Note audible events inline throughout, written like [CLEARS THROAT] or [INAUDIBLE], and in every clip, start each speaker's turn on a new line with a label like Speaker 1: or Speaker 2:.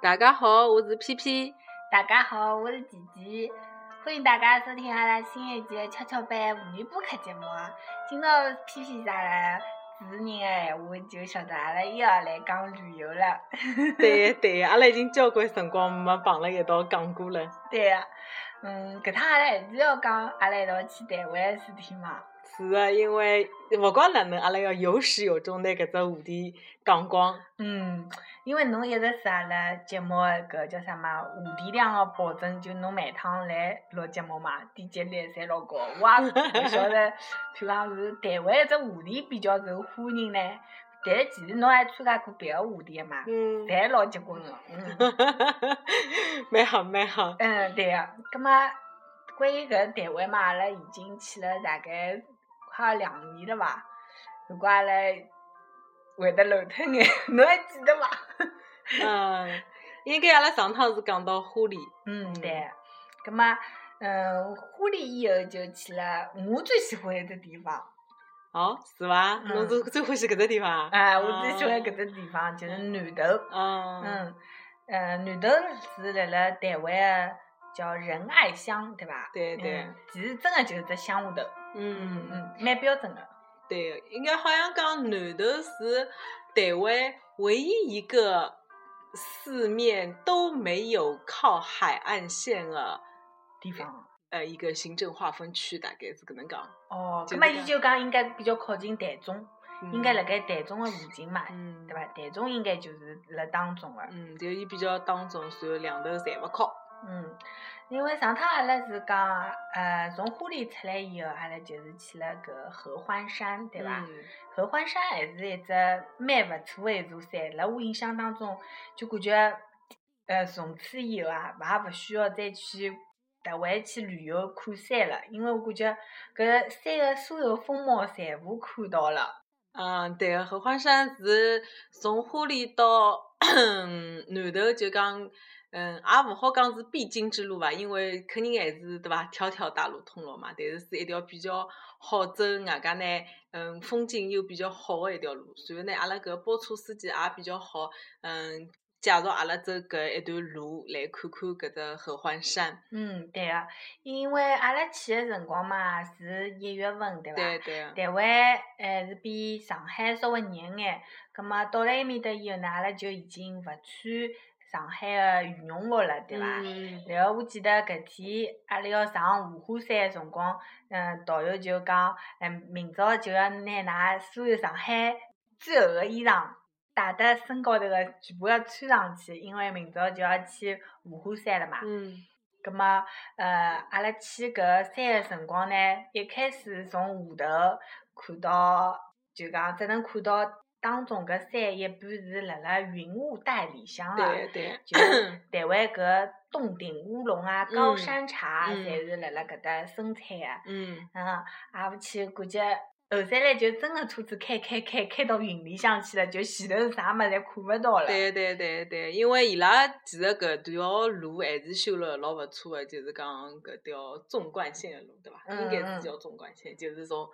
Speaker 1: 大家好，我是 P P。
Speaker 2: 大家好，我是琪琪，欢迎大家收听阿拉新一期的跷跷板妇女播客节目啊。今朝皮皮啥了？主持人的闲话就晓得阿拉又要来讲旅游了。 [LAUGHS]
Speaker 1: [LAUGHS] 对对，阿拉已经交关辰光没碰辣一道讲过了。
Speaker 2: 对个、嗯，搿趟阿拉还是要讲阿拉一道去台湾的事体嘛。
Speaker 1: 是的，因为勿管哪能，阿拉要有始有终拿搿只话题讲光。
Speaker 2: 嗯，因为侬一直是阿拉节目的搿叫啥嘛，话题量的保证，就侬每趟来录节目嘛，点击率侪老高。我也勿晓得，譬如讲是台湾一只话题比较受欢迎呢，但是其实侬还参加过别个话题的嘛，
Speaker 1: 嗯，
Speaker 2: 侪老结棍的。嗯
Speaker 1: [LAUGHS] 蛮好蛮好。
Speaker 2: 嗯，对个、葛末关于搿台湾嘛，阿拉已经去了大概快要两年了伐？如果阿拉会得漏脱眼， [LAUGHS] 侬还记得伐？
Speaker 1: 嗯，应该阿拉上趟是讲到花莲。
Speaker 2: 嗯，对。葛末，嗯，花莲以后就去了我最喜欢一只地方。
Speaker 1: 哦，是伐？侬
Speaker 2: 嗯
Speaker 1: 最最欢喜搿只地方啊？
Speaker 2: 啊，我最喜欢搿只地方就是南投。
Speaker 1: 嗯。嗯。
Speaker 2: 嗯，呃，南投是辣辣台湾个叫仁爱乡，对伐？
Speaker 1: 对对
Speaker 2: 嗯。其实真个就是只乡下头。
Speaker 1: 嗯
Speaker 2: 嗯
Speaker 1: 嗯。
Speaker 2: 嗯，蛮标准个。
Speaker 1: 对，应该好像讲南头是台湾唯一一个四面都没有靠海岸线的
Speaker 2: 地方。
Speaker 1: 呃一个行政划分区，大概是搿能讲。
Speaker 2: 哦，
Speaker 1: 就
Speaker 2: 葛末
Speaker 1: 是
Speaker 2: 伊
Speaker 1: 讲
Speaker 2: 就讲应该比较靠近台中，
Speaker 1: 嗯
Speaker 2: 应该辣盖台中个附近嘛，
Speaker 1: 嗯
Speaker 2: 对伐？台中应该就是辣当中个。
Speaker 1: 嗯，就伊比较当中，然后两头侪勿靠。
Speaker 2: 嗯，因为上趟阿拉是讲，呃，从花莲出来以后，阿拉就是去了搿合欢山，对伐？
Speaker 1: 嗯
Speaker 2: 合欢山还是一只蛮勿错的一座山，辣我印象当中，就感觉，呃，从此以后啊，也勿需要再去特为去旅游看山了，因为我感觉搿山的所有风貌全部看到了。
Speaker 1: 嗯，对个，合欢山是从花莲到 [CLEARS THROAT] 南头，就讲，嗯，也勿好讲是必经之路伐，因为肯定还是对伐，条条大路通罗马，但是是一条比较好走，外加呢，嗯，风景又比较好个一条路。然后呢，阿拉搿包车司机也比较好，嗯，介绍阿拉走搿一段路来看看搿只合欢山。
Speaker 2: 嗯，对个、因为阿拉去的辰光嘛是一月份，对伐？
Speaker 1: 对对个，
Speaker 2: 台湾还是比上海稍微热眼，葛末到了埃面搭以后呢，阿拉就已经勿穿上海个羽绒服了，对伐？
Speaker 1: 嗯
Speaker 2: 然后我记得搿天阿拉要上五虎山个辰光，嗯，导游就讲，嗯，明朝就要拿㑚所有上海最厚个衣裳带得身高头个全部要穿上去，因为明朝就要去五虎山了嘛。
Speaker 1: 嗯
Speaker 2: 葛么，呃，阿拉去搿山个辰光呢，一开始从下头看到，就讲只能看到当中搿山一半是辣辣云雾带里向个、
Speaker 1: 嗯对对，
Speaker 2: 就台湾搿洞顶乌龙啊、高
Speaker 1: 嗯
Speaker 2: 山茶啊，
Speaker 1: 嗯
Speaker 2: 侪是辣辣搿搭生产个、
Speaker 1: 嗯。
Speaker 2: 嗯，挨勿去感觉后山来就真个车子开开开开到云里向去了，就前头是啥物事侪看勿到了。
Speaker 1: 对对对对，因为伊拉其实搿条路还是修了老勿错的，就是讲搿条纵贯线的路，对伐？应该
Speaker 2: 嗯
Speaker 1: 是
Speaker 2: 嗯
Speaker 1: 叫纵贯线，就是从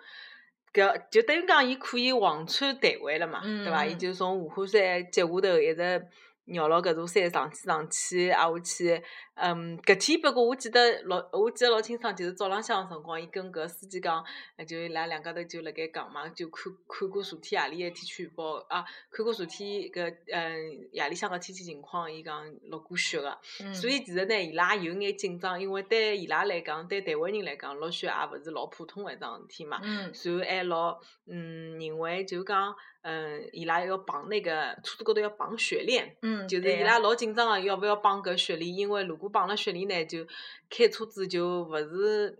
Speaker 1: 搿就等于讲伊可以横穿台湾了嘛，对伐？伊
Speaker 2: 嗯
Speaker 1: 就从五虎山脚下头一直。绕牢搿座山上去上去，挨下去，嗯，搿天不过我记得老，我记得老清爽，就是早浪向个辰光，伊跟搿司机讲，呃就伊拉两家头就辣盖讲嘛，就看看过昨天夜里个天气预报啊，看过昨天搿嗯夜里向个天气情况，伊讲落过雪个，
Speaker 2: 嗯，
Speaker 1: 所以其实呢，伊拉有眼紧张，因为对伊拉来讲，对台湾人来讲，落雪也勿是老普通个一桩事体嘛。
Speaker 2: 嗯
Speaker 1: 然后还老嗯认为就讲嗯伊拉要绑那个车子高头要绑雪链，
Speaker 2: 嗯，
Speaker 1: 就是
Speaker 2: 对
Speaker 1: 伊
Speaker 2: 个
Speaker 1: 拉老紧张个，要勿要绑搿雪链？因为如果绑了雪链呢，就开车子就勿是，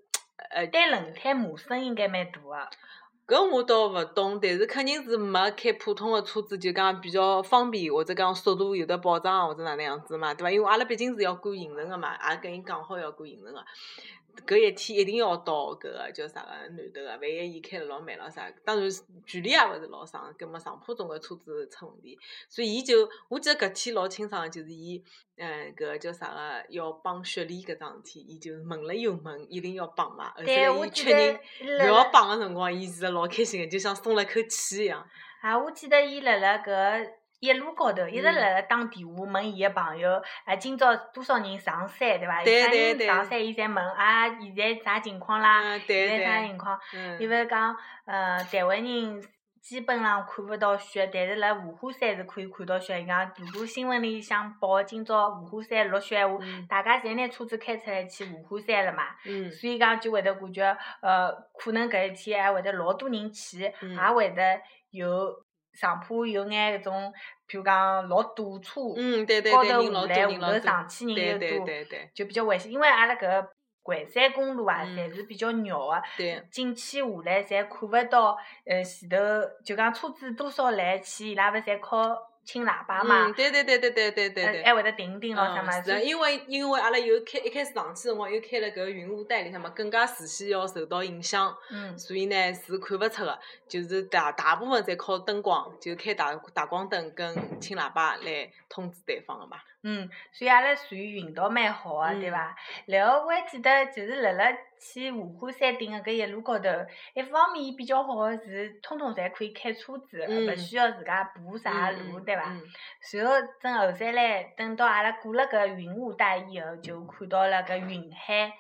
Speaker 1: 呃，
Speaker 2: 对轮胎磨损应该蛮大个。
Speaker 1: 搿我倒勿懂，但是肯定是没开普通个车子，就讲比较方便，或者讲速度有得保障，或者哪能样子嘛，对伐？因为阿拉毕竟是要赶行程个嘛，也跟伊讲好要赶行程个。搿一天一定要到搿个叫啥个南头个，万一伊开了老慢了啥，当然是距离也勿是老长，葛末上坡中个车子出问题，所以伊就我记得搿天老清爽个，就是伊，嗯，搿叫啥个要帮雪莉搿桩事体，伊就问了又问，一定要帮嘛，而且
Speaker 2: 对，我
Speaker 1: 伊
Speaker 2: 记
Speaker 1: 确认
Speaker 2: 得。
Speaker 1: 勿
Speaker 2: 伊辣
Speaker 1: 要
Speaker 2: 辣
Speaker 1: 绑个辰光，伊其实老开心个，就像松了口气一样。
Speaker 2: 啊，我记得伊辣辣搿一路高头一直
Speaker 1: 嗯
Speaker 2: 辣辣打电话问伊个朋友，啊，今朝多少人上山，对伐？
Speaker 1: 对
Speaker 2: 啥
Speaker 1: 对
Speaker 2: 人
Speaker 1: 对
Speaker 2: 上山，伊侪问啊，现在啥情况啦？
Speaker 1: 啊，
Speaker 2: 现
Speaker 1: 对
Speaker 2: 在啥
Speaker 1: 对，
Speaker 2: 情况？因
Speaker 1: 嗯，
Speaker 2: 为讲，呃，台湾人基本上看勿到雪，但是辣五湖山是可以看到雪。伊讲，如果新闻里向报今朝五湖山落雪话，
Speaker 1: 嗯
Speaker 2: 大家侪拿车子开出来去五湖山了嘛。
Speaker 1: 嗯，
Speaker 2: 所以讲就会得感觉，呃，可能搿一天还会得老多人去，
Speaker 1: 嗯
Speaker 2: 也会得有上坡有眼搿种，譬如讲老堵车，
Speaker 1: 嗯，对对
Speaker 2: 高
Speaker 1: 对，
Speaker 2: 头
Speaker 1: 人
Speaker 2: 下
Speaker 1: 老多，
Speaker 2: 来
Speaker 1: 人
Speaker 2: 下
Speaker 1: 老
Speaker 2: 头
Speaker 1: 多，
Speaker 2: 上去人
Speaker 1: 对
Speaker 2: 又
Speaker 1: 对
Speaker 2: 多，
Speaker 1: 对对
Speaker 2: 就比较危险。因为阿拉搿个环山公路啊，
Speaker 1: 嗯
Speaker 2: 侪是比较绕啊，
Speaker 1: 对，
Speaker 2: 进去下来侪看勿到，呃，前头就讲车子多少来去，伊拉勿是侪靠轻喇叭嘛
Speaker 1: 嗯，，对对对对对对对
Speaker 2: 呃
Speaker 1: 对。
Speaker 2: 还会得停停咯啥嘛，
Speaker 1: 嗯，是
Speaker 2: 所
Speaker 1: 的，
Speaker 2: 以
Speaker 1: 因为因为阿拉又开一开始上去辰光，又开了搿个云雾带里向嘛，更加视线要受到影响，
Speaker 2: 嗯
Speaker 1: 所以呢是看勿出个，就是大大部分侪靠灯光，就开大大光灯跟轻喇叭来通知对方个嘛。
Speaker 2: 嗯，所以阿拉属于运道蛮好个，对
Speaker 1: 嗯
Speaker 2: 伐？然后我还记得，就是辣辣去五湖山顶个搿一路高头，一方面伊比较好个是，通通侪可以开车子，勿
Speaker 1: 嗯
Speaker 2: 需要自家爬啥
Speaker 1: 嗯
Speaker 2: 路，
Speaker 1: 嗯
Speaker 2: 对伐？
Speaker 1: 嗯
Speaker 2: 随后等后山来，等到阿拉过了搿云雾带以后，就看到了搿云海，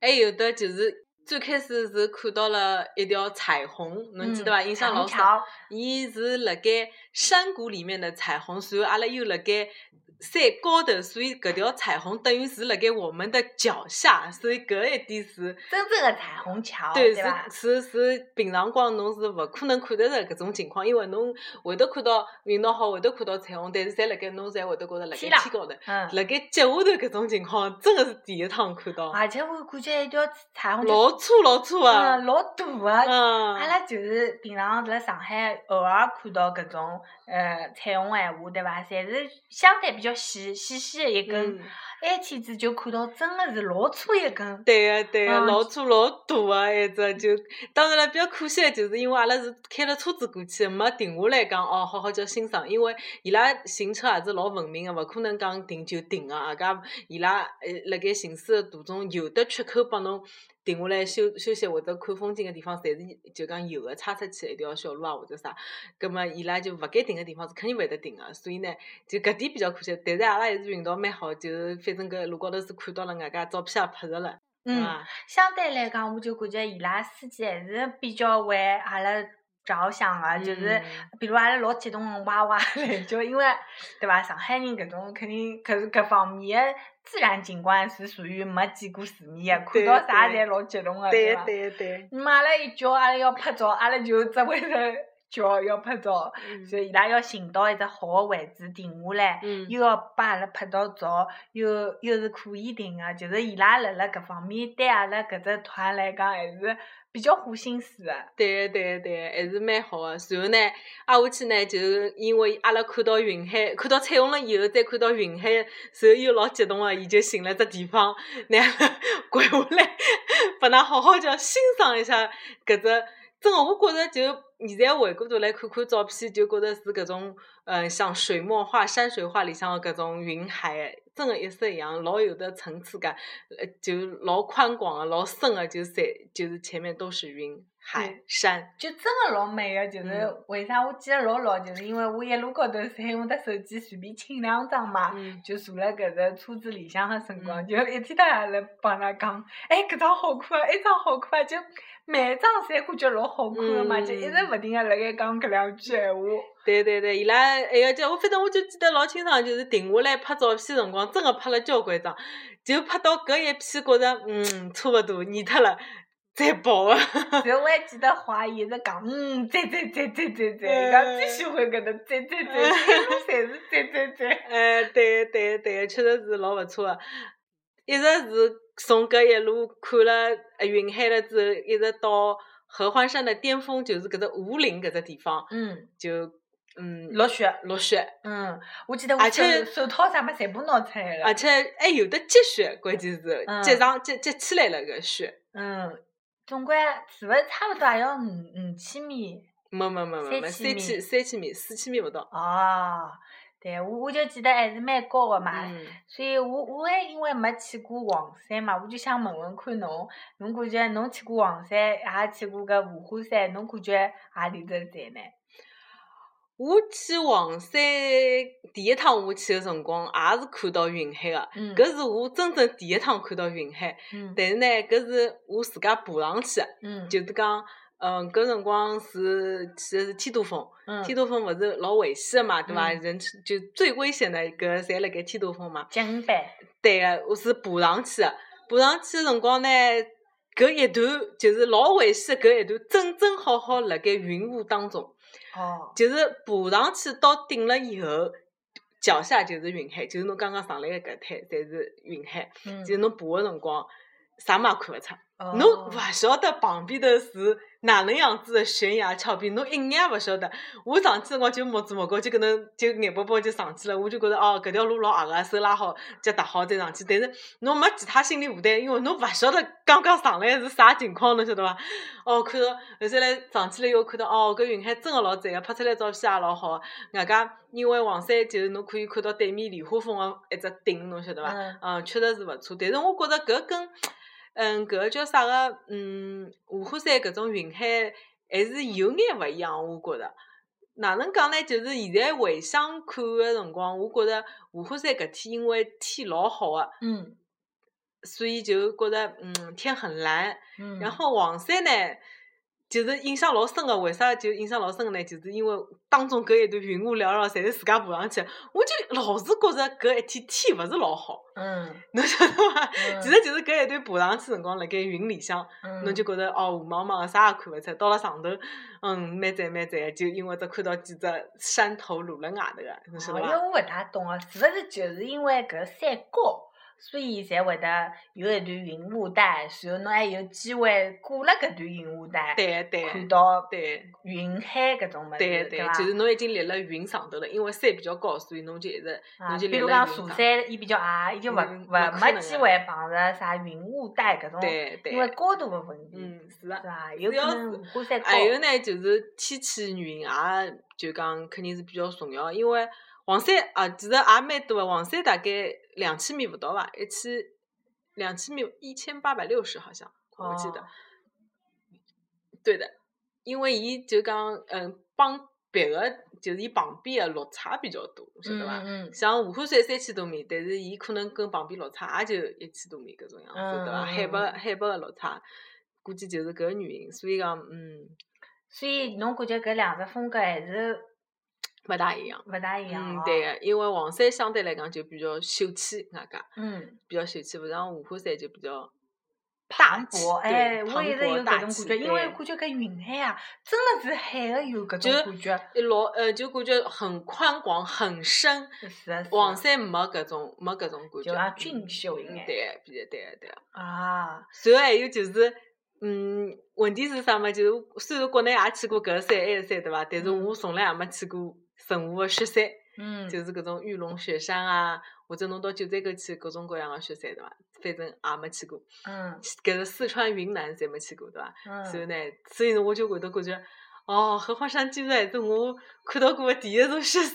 Speaker 1: 还有的就是最开始是看到了一条彩虹，侬记得伐？
Speaker 2: 嗯
Speaker 1: 印象
Speaker 2: 长
Speaker 1: 老深。
Speaker 2: 桥
Speaker 1: 伊是辣盖山谷里面的彩虹，然后阿拉又辣盖山高头，所以搿条彩虹等于是辣盖我们的脚下，所以搿一点是，
Speaker 2: 真正个彩虹桥，
Speaker 1: 对
Speaker 2: 哦对伐？
Speaker 1: 是是是平常光侬是勿可能看得着搿种情况，因为侬会得看到运道好，会得看到彩虹，但是侪辣盖侬侪会得觉着辣盖
Speaker 2: 天
Speaker 1: 天
Speaker 2: 上
Speaker 1: 高头，
Speaker 2: 嗯，
Speaker 1: 辣盖脚下头搿种情况，真个是第一趟看到，
Speaker 2: 而且我感觉一条彩虹
Speaker 1: 老
Speaker 2: 桥，
Speaker 1: 粗老粗啊，
Speaker 2: 啊嗯，老大个，
Speaker 1: 嗯，
Speaker 2: 阿拉就是平常辣上海偶尔看到搿种呃彩虹闲话，对伐？侪是相对比较细细细的一根
Speaker 1: 嗯，，
Speaker 2: 埃天子就看到真的是老粗一根。
Speaker 1: 对个、对个、
Speaker 2: 嗯
Speaker 1: 老粗老大个一只就，当然了，比较可惜个就是因为阿拉是开了车子过去的，没停下来讲哦，好好叫欣赏，因为伊拉行车也是老文明个，勿可能讲停就停个、啊，加伊拉呃辣盖行呃啊驶个途中有的缺口拨侬。停啊下来休休息或者看风景个地方，侪是就讲有个岔出去一条小路啊或者啥，葛末伊拉就勿该停个地方是肯定勿会得停个，所以呢，就搿点比较可惜。但是阿拉还是运道蛮好，就是反正搿路高头是看到了外加照片也拍着了。
Speaker 2: 嗯，
Speaker 1: 啊，
Speaker 2: 相对来讲，我就感觉伊拉司机还是比较为阿拉着想个、
Speaker 1: 嗯
Speaker 2: 就是比如阿拉老激动哇哇嘞，就因为对伐？上海人搿种肯定搿搿方面个自然景观是属于没见过世面个，看
Speaker 1: 对
Speaker 2: 到啥
Speaker 1: 对
Speaker 2: 侪老激动个，
Speaker 1: 对
Speaker 2: 伐？
Speaker 1: 对对，
Speaker 2: 那么阿拉一叫阿拉要拍照，阿拉就只会得叫要拍照，所以伊拉要寻到一只好个位置停下来，
Speaker 1: 嗯，
Speaker 2: 又要帮阿拉拍到照，又又是可以停个、就是伊拉辣辣搿方面对阿拉搿只团来讲还是比较花心思啊个、
Speaker 1: 对对对，还是蛮好个。然后呢，挨下去呢，就是因为阿拉看到云海，看到彩虹了以后，再看到云海，然后又老激动个，伊就寻了只地方，拿 [LAUGHS] 阿拉拐下来，拨㑚好好叫欣赏一下搿只。真个，我觉着就现在回过头来看看照片，就觉着是搿种，嗯、像水墨画、山水画里向的搿种云海，真个一色一样，老有的层次感。呃，就老宽广个、老深个，就是山，就是前面都是云、海
Speaker 2: 嗯、
Speaker 1: 山。
Speaker 2: 就真个老美个、就是
Speaker 1: 嗯
Speaker 2: 为啥我记得老牢，就是因为我一路高头 [LAUGHS] 侪用得手机随便清两张嘛。
Speaker 1: 嗯，
Speaker 2: 就坐辣搿只车子里向个辰光，就一天到夜辣帮㑚讲，哎，搿张好看啊，一张好看啊，就每张侪感觉老好看个嘛，就一直
Speaker 1: 嗯
Speaker 2: 勿停个辣盖讲搿两句闲
Speaker 1: [LAUGHS]
Speaker 2: 话。
Speaker 1: 对对对，伊拉还要叫我，反正我就记得老清爽，就是停下来拍照片辰光，真个拍了交关张，就拍到搿一片，觉着嗯差勿多，腻脱了，再跑啊 [LAUGHS] 个。
Speaker 2: 然后我还记得华一直讲，嗯，赞赞赞赞赞赞，伊讲最喜欢搿能赞赞赞，一路侪是赞赞赞。
Speaker 1: [LAUGHS] 哎，对对对，确实是老勿错个，一直是从搿一路看了呃云海了之后，一直到合欢山的巅峰，就是搿只五岭搿只地方，
Speaker 2: 嗯，
Speaker 1: 就嗯
Speaker 2: 落雪，
Speaker 1: 落雪。
Speaker 2: 嗯，我记得我
Speaker 1: 而
Speaker 2: 手
Speaker 1: 且
Speaker 2: 手套啥么全部拿出来
Speaker 1: 而
Speaker 2: 了。
Speaker 1: 且还有的积雪，关键是
Speaker 2: 嗯
Speaker 1: 结上结结起来了个雪，
Speaker 2: 嗯，总归是勿是差勿多也要五五千米。
Speaker 1: 没没没没没
Speaker 2: 三千
Speaker 1: 三
Speaker 2: 米
Speaker 1: 千三千米四千米不到。
Speaker 2: 哦，对，我我就记得还是蛮高个嘛，
Speaker 1: 嗯，
Speaker 2: 所以我我还因为没去过黄山嘛，我就想问问看侬，侬感觉侬去过黄山，也去过搿五湖山，侬感觉何里头赞呢？
Speaker 1: 我去黄山第一趟我去个辰光，也是看到云海个。
Speaker 2: 嗯
Speaker 1: 搿是我真正第一趟看到云海，
Speaker 2: 嗯
Speaker 1: 但是呢，搿是我自家爬上去的，
Speaker 2: 嗯
Speaker 1: 就是讲，嗯，搿辰光是去的是天都峰，
Speaker 2: 嗯
Speaker 1: 天都峰勿是老危险个嘛，对伐？
Speaker 2: 嗯
Speaker 1: 人去就最危险的搿侪辣盖天都峰嘛。
Speaker 2: 金版，
Speaker 1: 对个，我是爬上去的，爬上去的辰光呢，搿一段就是老危险的搿一段，正正好好辣盖云雾当中，
Speaker 2: 哦，
Speaker 1: 就是爬上去到顶了以后，脚下就是云海，就是侬刚刚上来的搿滩侪是云海，
Speaker 2: 嗯
Speaker 1: 就是侬爬的辰光。啥嘛也看勿出，
Speaker 2: 哦
Speaker 1: 侬勿晓得旁边头是哪能样子的悬崖峭壁，侬一眼也勿晓得。我上去辰光就摸子摸高，就搿能就眼巴巴就上去了，我就觉着哦，搿条路老合个，手拉好，脚踏好再上去。但是侬没其他心理负担，因为侬勿晓得刚刚上来是啥情况，侬晓得伐？哦，看到后头来上去了以后，看到哦，搿云海真个老赞个，拍出来照片也老好个。外加因为黄山就是侬可以看到对面莲花峰个一只顶，侬晓得伐？
Speaker 2: 嗯
Speaker 1: 嗯，确实是勿错，但是我觉着搿跟，嗯，搿叫啥个，嗯，五湖山搿种云海还是有眼勿一样，我觉着。哪能讲呢？就是现在回想看个辰光，我觉着五湖山搿天因为天老好个、
Speaker 2: 嗯
Speaker 1: 所以就觉着嗯天很蓝。
Speaker 2: 嗯，
Speaker 1: 然后黄山呢，就是印象老深个。为啥就印象老深个呢？就是因为当中搿一段云雾缭绕，侪是自家爬上去的，我就老是觉着搿一天天勿是老好，
Speaker 2: 嗯，
Speaker 1: 侬晓得伐？
Speaker 2: 嗯
Speaker 1: 其实就是搿一段爬上去辰光，辣盖云里向，
Speaker 2: 嗯
Speaker 1: 侬就觉着哦，雾茫茫个，啥也看勿出。到了上头，嗯，蛮赞蛮赞的，就因为只看到几只山头露辣外头个，侬晓
Speaker 2: 哦，
Speaker 1: 得
Speaker 2: 因
Speaker 1: 伐
Speaker 2: 为？我勿大懂哦，是勿是就是因为搿山高，所以才会得有一段云雾带，然后侬还有机会过了搿段云雾带，
Speaker 1: 对对
Speaker 2: 看到
Speaker 1: 对
Speaker 2: 云海搿种物事，对
Speaker 1: 对对，
Speaker 2: 伐？
Speaker 1: 就是侬已经立辣云上头了，因为山比较高，所以侬就一直
Speaker 2: 啊，
Speaker 1: 侬
Speaker 2: 比
Speaker 1: 就立
Speaker 2: 如
Speaker 1: 辣
Speaker 2: 讲
Speaker 1: 云上
Speaker 2: 茶。山，伊比较矮，伊就勿
Speaker 1: 嗯
Speaker 2: 勿
Speaker 1: 勿可
Speaker 2: 没
Speaker 1: 能
Speaker 2: 机
Speaker 1: 啊
Speaker 2: 会碰着啥云雾带搿种，
Speaker 1: 对对
Speaker 2: 哦因为，高度个问题，
Speaker 1: 嗯，是
Speaker 2: 是
Speaker 1: 啊。
Speaker 2: 伐？有
Speaker 1: 主要
Speaker 2: 可能
Speaker 1: 是
Speaker 2: 五湖山高，
Speaker 1: 还有呢，哎就是天气原因也啊就讲肯定是比较重要，因为黄山啊，其实也蛮多的，黄山大概两千米不到吧，一千两千米一千八百六十好像，我记得、
Speaker 2: 哦
Speaker 1: 对的，因为伊就讲嗯帮别个就是伊旁边的落差比较大，晓得伐？
Speaker 2: 嗯嗯
Speaker 1: 像武汉山三千多米，但是伊可能跟旁边落差也就一千多米搿种样子，对伐？
Speaker 2: 嗯嗯
Speaker 1: 海拔
Speaker 2: 嗯
Speaker 1: 海拔个落差，估计就是搿个原因。所以讲，嗯，
Speaker 2: 所以侬感觉搿两只风格还是
Speaker 1: 勿大一样。
Speaker 2: 勿大一样
Speaker 1: 嗯
Speaker 2: 哦，，
Speaker 1: 对，个，因为黄山相对来讲就比较秀气，外加
Speaker 2: 嗯，
Speaker 1: 比较秀气，勿像武汉山就比较
Speaker 2: 磅
Speaker 1: 气
Speaker 2: 礴，
Speaker 1: 对
Speaker 2: 哎，我
Speaker 1: 磅
Speaker 2: 一直
Speaker 1: 礴
Speaker 2: 有搿种
Speaker 1: 大
Speaker 2: 感
Speaker 1: 气
Speaker 2: 觉，因为
Speaker 1: 对
Speaker 2: 感觉搿云海啊，真的是海个有搿
Speaker 1: 就
Speaker 2: 种感觉，
Speaker 1: 一老呃就感觉很宽广、很深。
Speaker 2: 是的是的
Speaker 1: 黄山没搿种没搿种感觉，
Speaker 2: 就像
Speaker 1: 嗯
Speaker 2: 俊秀一
Speaker 1: 嗯
Speaker 2: 眼
Speaker 1: 对个，比对个对个。
Speaker 2: 啊，
Speaker 1: 然后还有就是，嗯，问题是啥么？就是我虽然国内也去过搿山埃山，对伐？但是
Speaker 2: 嗯
Speaker 1: 我从来也没去过神户个雪山，
Speaker 2: 嗯，
Speaker 1: 就是搿种玉龙雪山啊，或者侬到九寨沟去各种各样个雪山，对伐？反正也没去过，
Speaker 2: 嗯
Speaker 1: 搿是四川、云南侪没去过，对伐？所以
Speaker 2: 嗯，
Speaker 1: 呢，所以呢，我就会得感觉，哦，合欢山居然还是我看到过个第一座雪山。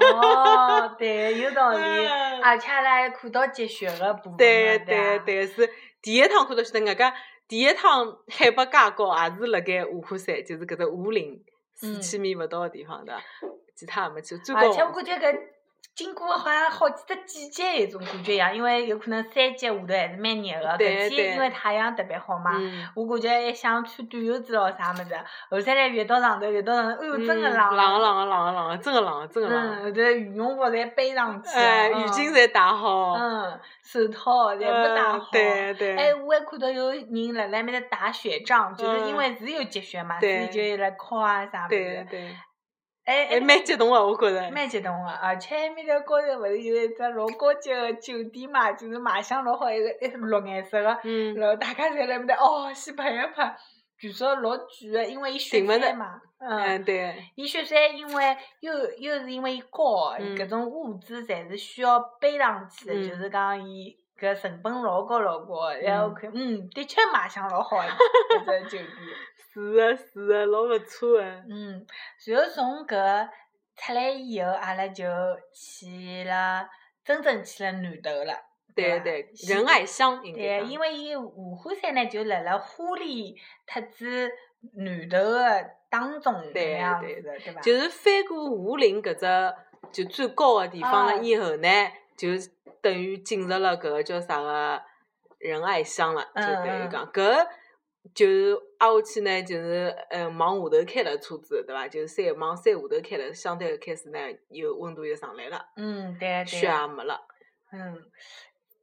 Speaker 2: 哦，对，有
Speaker 1: [LAUGHS]
Speaker 2: 道理。
Speaker 1: 嗯
Speaker 2: 而且嘞，看到积雪个部分
Speaker 1: 对
Speaker 2: 了
Speaker 1: 对
Speaker 2: 吧，
Speaker 1: 对，是第一趟看到去的，外加第一趟海拔介高，也是辣盖五湖山，就是搿只五岭四
Speaker 2: 嗯啊
Speaker 1: 千米勿到个地方的，其他也没去，最高
Speaker 2: 而且我感觉搿经过好像好几只季节有种感觉一样，因为有可能三节下头还是蛮热个，
Speaker 1: 对
Speaker 2: 搿
Speaker 1: 对
Speaker 2: 天因为太阳特别好嘛。
Speaker 1: 嗯，
Speaker 2: 我感觉还想穿短袖子咯啥物事，后头来越到上头，越到上头，哎哟，真个冷
Speaker 1: 嗯冷
Speaker 2: 啊
Speaker 1: 个冷个冷个冷个，真个冷个真个冷
Speaker 2: 嗯，
Speaker 1: 个。
Speaker 2: 后头羽绒服侪背上去了，
Speaker 1: 哎，
Speaker 2: 嗯
Speaker 1: 浴巾，侪戴好，
Speaker 2: 嗯，手套侪
Speaker 1: 呃
Speaker 2: 没戴好。
Speaker 1: 对对，
Speaker 2: 哎，我还看到有人辣辣面搭打雪仗，就是因
Speaker 1: 嗯
Speaker 2: 为是有积雪嘛，所以就
Speaker 1: 对
Speaker 2: 一直敲啊啥物
Speaker 1: 对
Speaker 2: 事。
Speaker 1: 对，
Speaker 2: 哎，
Speaker 1: 还蛮激动个，我觉着。
Speaker 2: 蛮激动个，而且埃面头高头勿是有一只老高级个酒店嘛，就是卖相老好，一个哎一绿颜色个，
Speaker 1: 嗯，
Speaker 2: 然后大家侪辣埃面搭哦，先拍一拍。据说老贵个，因为伊雪
Speaker 1: 顶勿
Speaker 2: 山
Speaker 1: 着
Speaker 2: 嘛，
Speaker 1: 哎
Speaker 2: 嗯，
Speaker 1: 对，
Speaker 2: 伊雪山因为又又是因为伊高，
Speaker 1: 嗯
Speaker 2: 搿种物资侪是需要背上去的，
Speaker 1: 嗯
Speaker 2: 就是讲伊搿成本老高老高的，然后
Speaker 1: 嗯
Speaker 2: 看，嗯，的确卖相老好的搿只酒店。
Speaker 1: 是个是个，老勿错啊个。
Speaker 2: 嗯，然后从搿出来以后，阿拉就去了，真正去了南头了。
Speaker 1: 对啊
Speaker 2: 吧
Speaker 1: 对，
Speaker 2: 西
Speaker 1: 仁爱乡应该
Speaker 2: 啊对，
Speaker 1: 讲
Speaker 2: 因为伊五湖山呢，就辣辣花莲特子南头的当中那
Speaker 1: 对
Speaker 2: 样
Speaker 1: 对
Speaker 2: 子，对伐？
Speaker 1: 就是翻过武陵搿只就最高的地方
Speaker 2: 啊
Speaker 1: 了以后呢，就是等于进入了搿个叫啥个仁爱乡了，就等
Speaker 2: 嗯嗯
Speaker 1: 于讲搿就是挨下去呢，就是呃往下头开了车子，对伐？就是山往山下头开了，相对开始呢，又温度又上来了，
Speaker 2: 嗯，对
Speaker 1: 雪
Speaker 2: 对，
Speaker 1: 也没了，
Speaker 2: 嗯。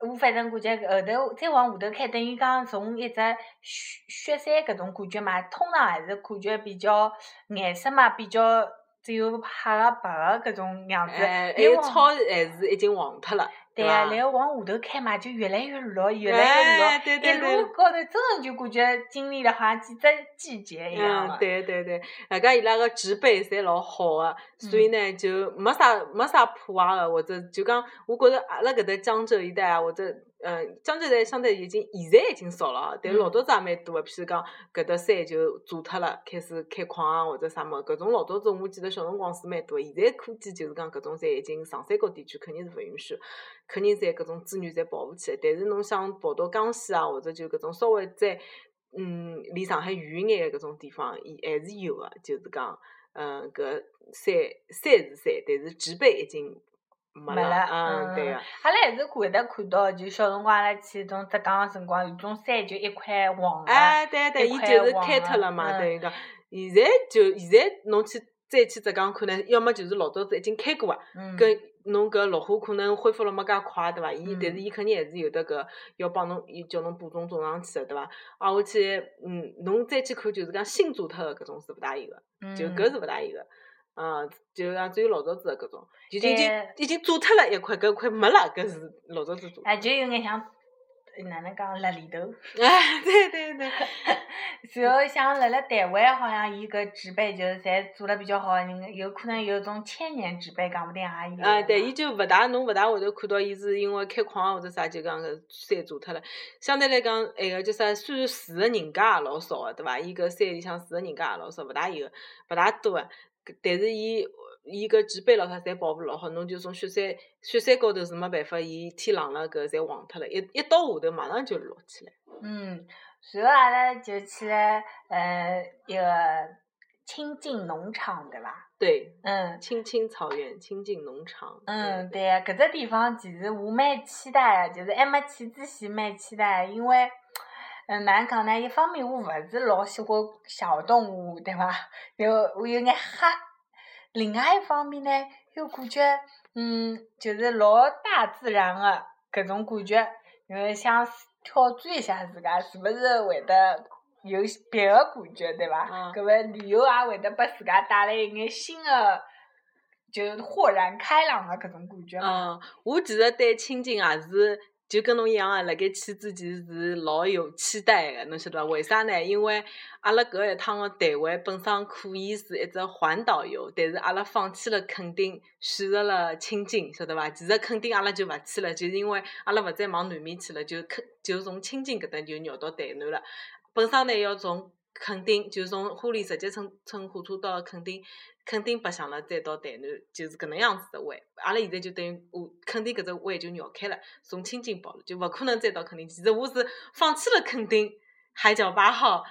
Speaker 2: 我反正感觉后头再往下头开，等于讲从一只雪雪山搿种感觉嘛，通常还是感觉比较颜色嘛，比较只有黑个白个搿种样子。
Speaker 1: 哎，还
Speaker 2: 越
Speaker 1: 有
Speaker 2: 往
Speaker 1: 草还是已经黄脱了，
Speaker 2: 对
Speaker 1: 伐
Speaker 2: 啊，？然后往下头开嘛，就越来越绿，越来越绿。
Speaker 1: 哎，对
Speaker 2: 一
Speaker 1: 对对
Speaker 2: 路。高头真的就感觉经历了好像几只季节一样
Speaker 1: 嗯
Speaker 2: 了，。
Speaker 1: 对对对，外加伊拉个植被侪老好个、所
Speaker 2: 嗯
Speaker 1: 以呢就没啥没啥破坏个，或者就讲，我觉着阿拉搿搭江浙一带啊，或者嗯，江浙一带相对已经现在已经少了啊，但
Speaker 2: 嗯
Speaker 1: 老早子也蛮多个，譬如讲搿搭山就做脱了，开始开矿啊或者啥么，搿种老早子我记得小辰光是蛮多个，现在科技就是讲搿种侪已经长三角地区肯定是勿允许，肯定侪搿种资源侪保护起来，但是侬想跑到江西啊，或者就搿种稍微再嗯离上海远一眼的搿种地方，伊还是有个、就是讲嗯搿山山是山，但是植被已经没
Speaker 2: 没
Speaker 1: 了，
Speaker 2: 了
Speaker 1: 嗯
Speaker 2: 嗯
Speaker 1: 对个、
Speaker 2: 阿拉还是会得看到，就小辰光阿拉去种浙江个辰光，有种山就一块黄个。
Speaker 1: 哎，对对，
Speaker 2: 一
Speaker 1: 伊
Speaker 2: 块
Speaker 1: 就是
Speaker 2: 黄
Speaker 1: 开
Speaker 2: 了
Speaker 1: 脱了嘛，
Speaker 2: 嗯
Speaker 1: 等于讲，现在就现在侬去再去浙江看呢，要么就是老早子已经开过啊，
Speaker 2: 嗯，
Speaker 1: 跟侬搿绿化可能恢复了没介快，对伐？伊但
Speaker 2: 嗯
Speaker 1: 是伊肯定还是有得搿要帮侬，伊叫侬补种种上去的，对伐？啊，我去，嗯，侬再去看就是讲新做脱的搿种是勿大有个，就搿
Speaker 2: 嗯
Speaker 1: 是勿大有个。嗯，就是讲只有老早子的搿种，就已经
Speaker 2: 对
Speaker 1: 已经做脱了一块，搿块没了，搿是老早子做。
Speaker 2: 哎，就有眼像呃哪能讲辣里头。
Speaker 1: 哎， [LAUGHS] 对对对，
Speaker 2: 然后像辣辣台湾，好像伊搿植被就是侪做了比较好，人有可能有种千年植被，讲不定也有。
Speaker 1: 啊，对，伊。就勿大，侬勿大会得看到伊是因为开矿啊或者啥，就讲搿山做脱了。相对来讲，哎个叫啥，虽然住个人家也老少个，对伐？伊搿山里向住个人家也老少，勿大有，勿大多个。搿但是伊伊搿植被咾啥侪保护老好，侬就从雪山雪山高头是没办法，伊天冷了搿侪黄脱了，一一到下头马上就落起来。
Speaker 2: 嗯，然后阿拉就去了呃一个清境农场，对伐？
Speaker 1: 对，
Speaker 2: 嗯
Speaker 1: 青青草原，清近农场。
Speaker 2: 嗯，对啊，搿只地方其实我蛮期待的，就是还没去之前蛮期待的，因为。嗯，哪能讲呢？一方面我勿是老喜欢小动物，对伐？有我有眼吓。另外一方面呢，又感觉嗯，就是老大自然的、搿种感觉，就是想挑战一下自家，是勿是会得有别个感觉，对伐？
Speaker 1: 嗯
Speaker 2: 搿么旅游啊也会得拨自家带来一眼新的，就是豁然开朗的搿种感觉嘛。
Speaker 1: 嗯，我其实对清近也是，就跟侬一样啊，辣盖去之前是老有期待的，侬晓得伐？为啥呢？因为阿拉搿一趟个台湾本身可以是一只环岛游，但是阿拉放弃了垦丁，选择了清近，晓得伐？其实垦丁阿拉就勿去了，就是因为阿拉勿再往南面去了，就垦就从清近搿搭就绕到台南了。本身呢要从垦丁，就是从花莲直接乘乘火车到垦丁，垦丁白相了再到台南，就是搿能样子的弯。阿拉现在就等于我垦丁搿只弯就绕开了，从清境跑了，就勿可能再到垦丁。其实我是放弃了垦丁、海角八号。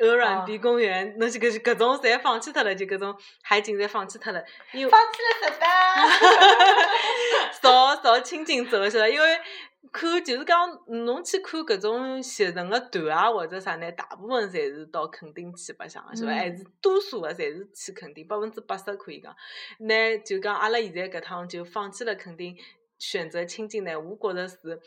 Speaker 1: 鹅
Speaker 2: 哦
Speaker 1: 卵鼻公园，侬是搿是搿种侪放弃脱了，就搿种海景侪放弃脱了，因为
Speaker 2: 放弃了什
Speaker 1: [LAUGHS]
Speaker 2: 么？
Speaker 1: 少少亲近走晓得，因为看就是讲侬去看搿种携程个团啊或者啥呢，大部分侪是到垦丁去白相个，晓得伐？还
Speaker 2: 嗯
Speaker 1: 是多数个侪是去垦丁，百分之八十可以讲。那就讲阿拉现在搿趟就放弃了垦丁，选择亲近呢，我觉着是。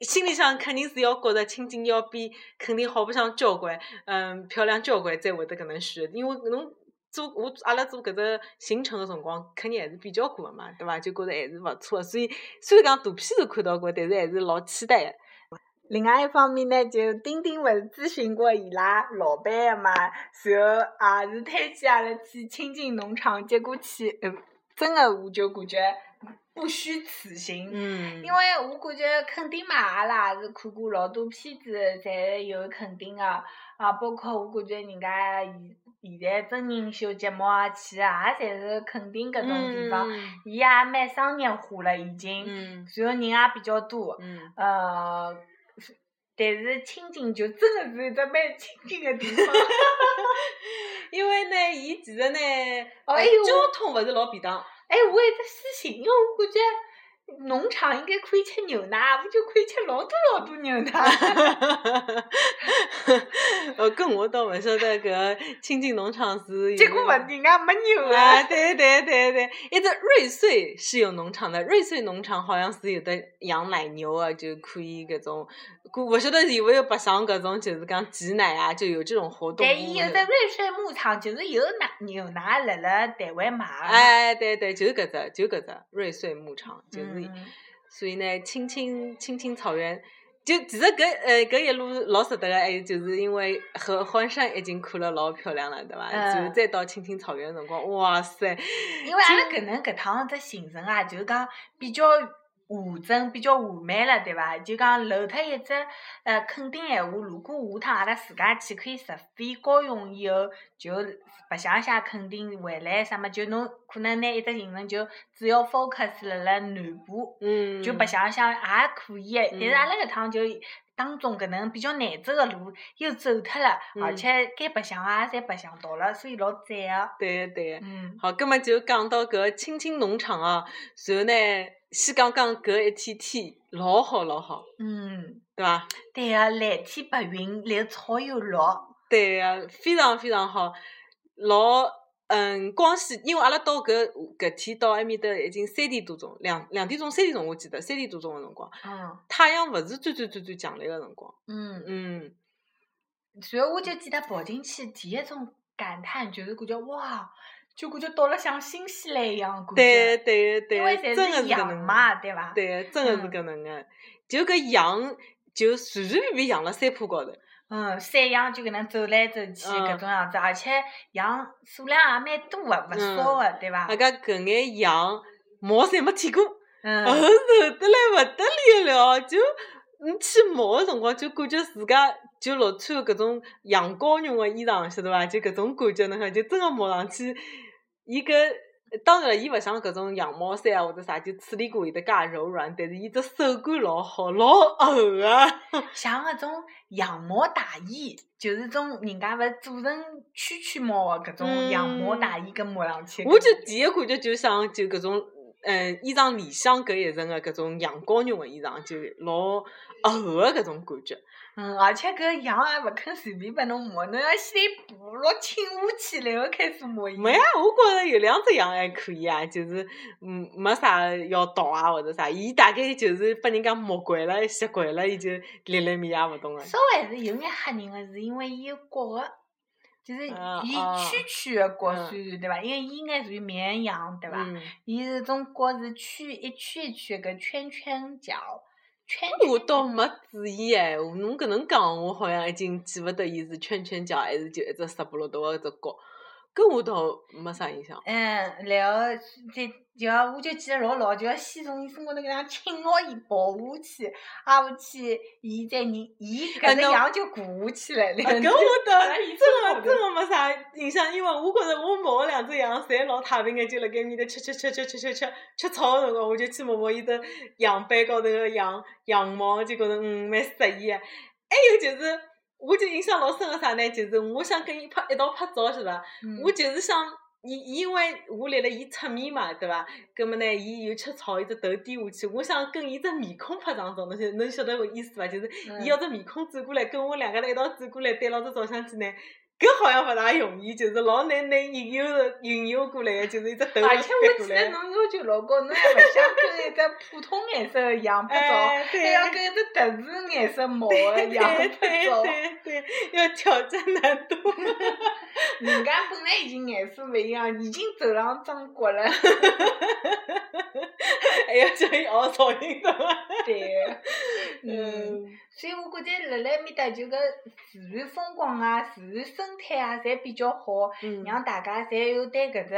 Speaker 1: 心里向肯定是要觉着亲近要比肯定好白相交关，嗯，漂亮交关才会得搿能选，因为侬做我阿拉做搿只行程个辰光，肯定还是比较过个嘛，对伐？就觉着还是勿错的，所以虽然讲大片头看到过，但是还是老期待个。
Speaker 2: 另外一方面呢，就钉钉勿是咨询过伊拉老板个嘛，然后啊也是推荐阿拉去亲近农场，结果去，呃，真个我就感觉不虚此行。
Speaker 1: 嗯
Speaker 2: 因为我感觉肯定嘛，阿拉也是看过老多片子，侪有肯定个、啊，包括我感觉人家现现在真人秀节目啊去啊，也侪是肯定搿种地方，
Speaker 1: 嗯
Speaker 2: 伊也蛮商业化了已经，
Speaker 1: 嗯
Speaker 2: 然后人也比较多，
Speaker 1: 嗯
Speaker 2: 呃，但是亲近就真的是一只蛮亲近的地方。
Speaker 1: 因为呢，伊其实呢，
Speaker 2: 哦
Speaker 1: 呃
Speaker 2: 哎呦
Speaker 1: 交通勿是老便当。
Speaker 2: 哎，我有一只私信，因为我感觉农场应该可以吃牛奶，我就可以吃老多老多牛
Speaker 1: [LAUGHS]
Speaker 2: 奶。
Speaker 1: 呃，跟我倒勿晓得搿亲近农场 [LAUGHS] 是有
Speaker 2: 结果
Speaker 1: 没有
Speaker 2: 问人家没牛
Speaker 1: [LAUGHS] 啊，
Speaker 2: 啊。
Speaker 1: 对对对对，一直瑞穗是有农场的，瑞穗农场好像是有的养奶牛啊，就可以搿种，我勿晓得有没有白相搿种，就是讲挤奶啊，就有这种活动。
Speaker 2: 但伊有只瑞穗牧场，就是有奶牛奶辣辣台湾买的嘛。
Speaker 1: 哎，对对，就是搿只，就是搿只瑞穗牧场，就是，
Speaker 2: 嗯，
Speaker 1: 所以呢，青青青青草原。就其实搿呃搿一路老值得个，还有就是因为合欢山已经看了老漂亮了，对伐？
Speaker 2: 嗯
Speaker 1: 就再到青青草原的辰光，哇塞，
Speaker 2: 因为阿拉搿能搿趟只行程啊，就是讲比较完整、比较完美了，对伐？就讲漏脱一只呃肯定闲话，如果下趟阿拉自家去可以直飞高雄以后，就白相一下肯定回来啥么，就侬可能拿一只行程就主要 focus 辣辣南部，
Speaker 1: 嗯，
Speaker 2: 就白相一下也可以的。但是
Speaker 1: 嗯
Speaker 2: 阿拉搿趟就。当中搿能比较难走个路又走脱了，而
Speaker 1: 嗯
Speaker 2: 且该白相啊，侪白相到了，所以老赞啊。
Speaker 1: 对个对个。
Speaker 2: 嗯，
Speaker 1: 好，葛末就讲到搿青青农场啊，然后呢，先讲讲搿一天天老好老好，
Speaker 2: 嗯，
Speaker 1: 对伐？
Speaker 2: 对个、蓝天白云，然后草又绿，
Speaker 1: 对个、非常非常好，老嗯，光线，因为阿拉到搿搿天到埃面搭已经三点多钟，两两点钟、三点钟我记得，三点多钟个辰光，
Speaker 2: 嗯
Speaker 1: 太阳勿是最最最最强烈个辰光，
Speaker 2: 嗯。
Speaker 1: 嗯，
Speaker 2: 然后我就记得跑进去第一种感叹就是感觉哇，就感觉到了像新西兰一样感
Speaker 1: 对
Speaker 2: 觉，
Speaker 1: 个对个对
Speaker 2: 嗯因
Speaker 1: 个，
Speaker 2: 为侪
Speaker 1: 真
Speaker 2: 是
Speaker 1: 个是搿能
Speaker 2: 羊
Speaker 1: 介
Speaker 2: 嘛，对伐？
Speaker 1: 对个，真个是
Speaker 2: 嗯
Speaker 1: 搿能个，就搿羊就随随便便养辣山坡高头，
Speaker 2: 嗯，山羊就搿能走来走去
Speaker 1: 嗯
Speaker 2: 搿种样子，而且羊数量也蛮多个，勿少
Speaker 1: 嗯
Speaker 2: 个，对伐
Speaker 1: 阿？家搿眼羊毛侪没剃过。后 [LAUGHS]
Speaker 2: 嗯，
Speaker 1: 头啊得来勿得了了，就你去毛个辰光，就感觉自家就老穿搿种羊羔绒个衣裳，晓得伐？就搿种感觉，侬看，就真个摸上去，伊搿当然了，伊勿像搿种羊毛衫啊或者啥，就处理过会得介柔软，但是伊只手感老好，老厚啊。
Speaker 2: 像搿种羊毛大衣，就是种人家勿是做成圈圈毛个搿种羊毛大衣，跟抹上去。
Speaker 1: 我就第一感觉就像就搿种。嗯，衣裳里向搿一层个搿种羊羔绒个衣裳，就老厚个搿种感觉。
Speaker 2: 嗯，而且搿羊也勿肯随便拨侬摸，侬要先得捕牢清下去，然后开始摸伊。
Speaker 1: 没啊，我觉着有两只羊还可以啊，就是嗯，没啥要倒啊或者啥，伊大概就是被人家摸惯了、习惯了，伊就立立面也勿动了。
Speaker 2: 稍微是有眼吓人个，是因为伊有角个，就是
Speaker 1: 啊
Speaker 2: 伊
Speaker 1: 啊
Speaker 2: 曲曲个角
Speaker 1: 嗯
Speaker 2: 虽然对伐？因为伊应该属于绵羊对伐？
Speaker 1: 嗯，
Speaker 2: 伊是种角是曲一圈一圈搿圈圈角，圈嗯
Speaker 1: 我
Speaker 2: 圈。
Speaker 1: 倒没注意哎，侬搿能讲，我好像已经记勿得伊是圈圈脚还是就一只直不落头个一只角，搿我倒没啥印象。
Speaker 2: 嗯，然后再就要，我就记得老牢，就要先从伊身高头搿能样亲牢伊抱下去，啊不去，伊再人伊搿
Speaker 1: 啊
Speaker 2: 只
Speaker 1: 那
Speaker 2: 羊就爬下去了，
Speaker 1: 啊
Speaker 2: 然
Speaker 1: 搿
Speaker 2: 后
Speaker 1: 我倒
Speaker 2: 哎伊
Speaker 1: 真
Speaker 2: 真
Speaker 1: 个
Speaker 2: 的
Speaker 1: 真个没啥印象，因为我觉着我摸个两只羊侪老太平个，就辣盖面搭吃吃吃吃吃吃吃吃草个辰光，我就去摸摸伊只羊背高头个羊羊毛，就觉着嗯蛮适意个。还哎有就是，我就印象老深个啥呢？就是我想跟伊拍一道拍照，是伐？
Speaker 2: 嗯
Speaker 1: 我就是想，伊因为我立了伊侧面嘛，对伐？葛么呢，伊又吃草，伊只头低下去，我想跟伊只面孔拍张照，侬晓侬晓得我意思伐？就是
Speaker 2: 嗯
Speaker 1: 伊要只面孔转过来，跟我两个头一道转过来，对牢只照相机呢。搿好像勿大容易，就是老难拿引诱的引诱过来个，就是一只头
Speaker 2: 而且我
Speaker 1: 过
Speaker 2: 记得
Speaker 1: 来。
Speaker 2: 侬要求老高，侬还勿想跟一只普通颜色的羊拍照，
Speaker 1: 哎，
Speaker 2: 还
Speaker 1: 对，
Speaker 2: 要跟一只特殊颜色毛的羊
Speaker 1: 对
Speaker 2: 拍照。
Speaker 1: 对对对，要挑战难度。
Speaker 2: 人家本来已经颜色勿一样，已经走上中国
Speaker 1: [LAUGHS]
Speaker 2: 了。
Speaker 1: 还要叫伊学噪音对伐？
Speaker 2: 对， [LAUGHS] 嗯，，所以我觉着辣辣埃面搭就搿自然风光啊、自然生态啊，侪比较好，
Speaker 1: 嗯，
Speaker 2: 让大家侪有对搿只自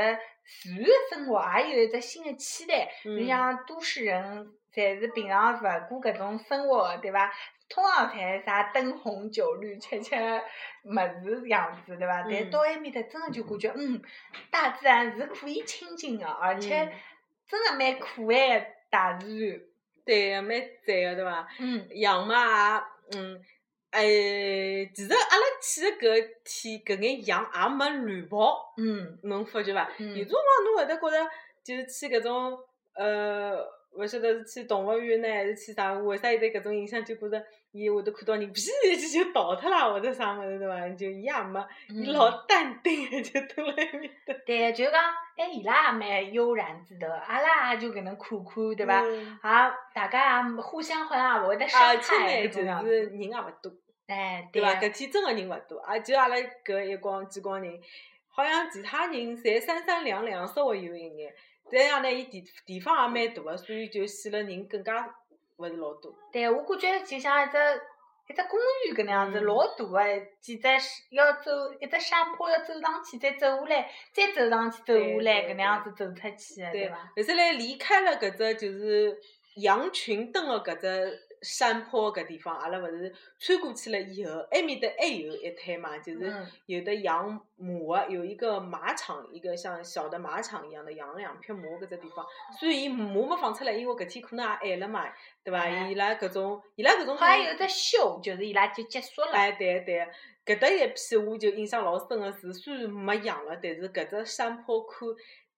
Speaker 2: 然生活啊也有一只新的期待。
Speaker 1: 嗯
Speaker 2: 你像都市人，侪是平常勿过搿种生活的，对伐？通常侪是啥灯红酒绿、吃吃物事样子，对伐？
Speaker 1: 嗯
Speaker 2: 但到埃面搭真的就感觉，嗯，大自然是可以亲近的，而且
Speaker 1: 嗯
Speaker 2: 真的蛮可爱的大自然。
Speaker 1: 对个，蛮赞个对伐？
Speaker 2: 嗯，
Speaker 1: 羊嘛也嗯，哎，其实阿拉去的搿天搿眼羊也没乱跑，
Speaker 2: 嗯，
Speaker 1: 侬发觉伐？
Speaker 2: 嗯
Speaker 1: 有辰光侬会得觉着就是去搿种呃，勿晓得是去动物园呢，还是去啥？为啥有得搿种印象？就觉着伊会得看到人，屁一记就逃脱啦，或者啥物事对伐？就伊也没，伊
Speaker 2: 嗯
Speaker 1: 老淡定的就蹲辣埃面搭，
Speaker 2: 对，就是讲，哎，伊拉也蛮悠然自得，阿拉也就搿能看看，对伐？
Speaker 1: 嗯？啊
Speaker 2: 也大家也互相好像也勿会得伤
Speaker 1: 而且
Speaker 2: 害搿
Speaker 1: 呢，就
Speaker 2: 种
Speaker 1: 是
Speaker 2: 样。
Speaker 1: 人也勿多。
Speaker 2: 哎，
Speaker 1: 对伐？
Speaker 2: 伐？
Speaker 1: 搿天真个人勿多，啊，就阿拉搿一光几光人，好像其他人侪三三两两，稍微有一眼。再样呢，伊地地方也蛮大个，所以就显了人更加勿是老多。
Speaker 2: 对，我感觉就像一只一只公园搿能样子，
Speaker 1: 嗯
Speaker 2: 老大个，几只是要走一只山坡要走上去，再走下来，再走上去，走
Speaker 1: 对
Speaker 2: 下来，搿
Speaker 1: 对
Speaker 2: 能样子走出去的，对
Speaker 1: 对
Speaker 2: 伐？，
Speaker 1: 后头来离开了搿只就是羊群登个搿只山坡搿地方，阿拉勿是穿过去了以后，埃面搭还有一摊嘛，就是
Speaker 2: 嗯
Speaker 1: 有的养马的，有一个马场，一个像小的马场一样的养两匹马搿只地方。所以马没放出来，因为搿天可能也晚了嘛，对伐？
Speaker 2: 哎
Speaker 1: 伊拉搿种，伊拉搿种可
Speaker 2: 好像有
Speaker 1: 能，
Speaker 2: 一只秀，就是伊拉就结束了。
Speaker 1: 哎，对对，搿搭一批我就印象老深个是，虽然没养了，但是搿只山坡看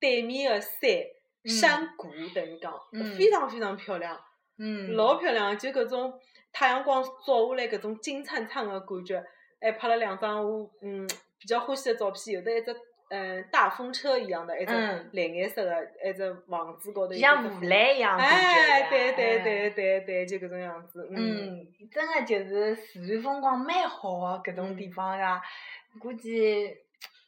Speaker 1: 对面个山。
Speaker 2: 嗯
Speaker 1: 山谷等于讲，
Speaker 2: 嗯
Speaker 1: 非常非常漂亮，
Speaker 2: 嗯，
Speaker 1: 老漂亮，就搿种太阳光照下来搿种金灿灿的感觉，还拍了两张我嗯比较欢喜的照片，有的一只嗯大风车一样的，一只
Speaker 2: 嗯
Speaker 1: 蓝颜色的，一只房子高头有
Speaker 2: 就
Speaker 1: 一
Speaker 2: 像
Speaker 1: 只
Speaker 2: 雾
Speaker 1: 风
Speaker 2: 来一样感觉的。
Speaker 1: 哎，对
Speaker 2: 哎
Speaker 1: 对对对对，就搿种样子，嗯，
Speaker 2: 嗯，真的就是自然风光蛮好的搿种地方呀，估计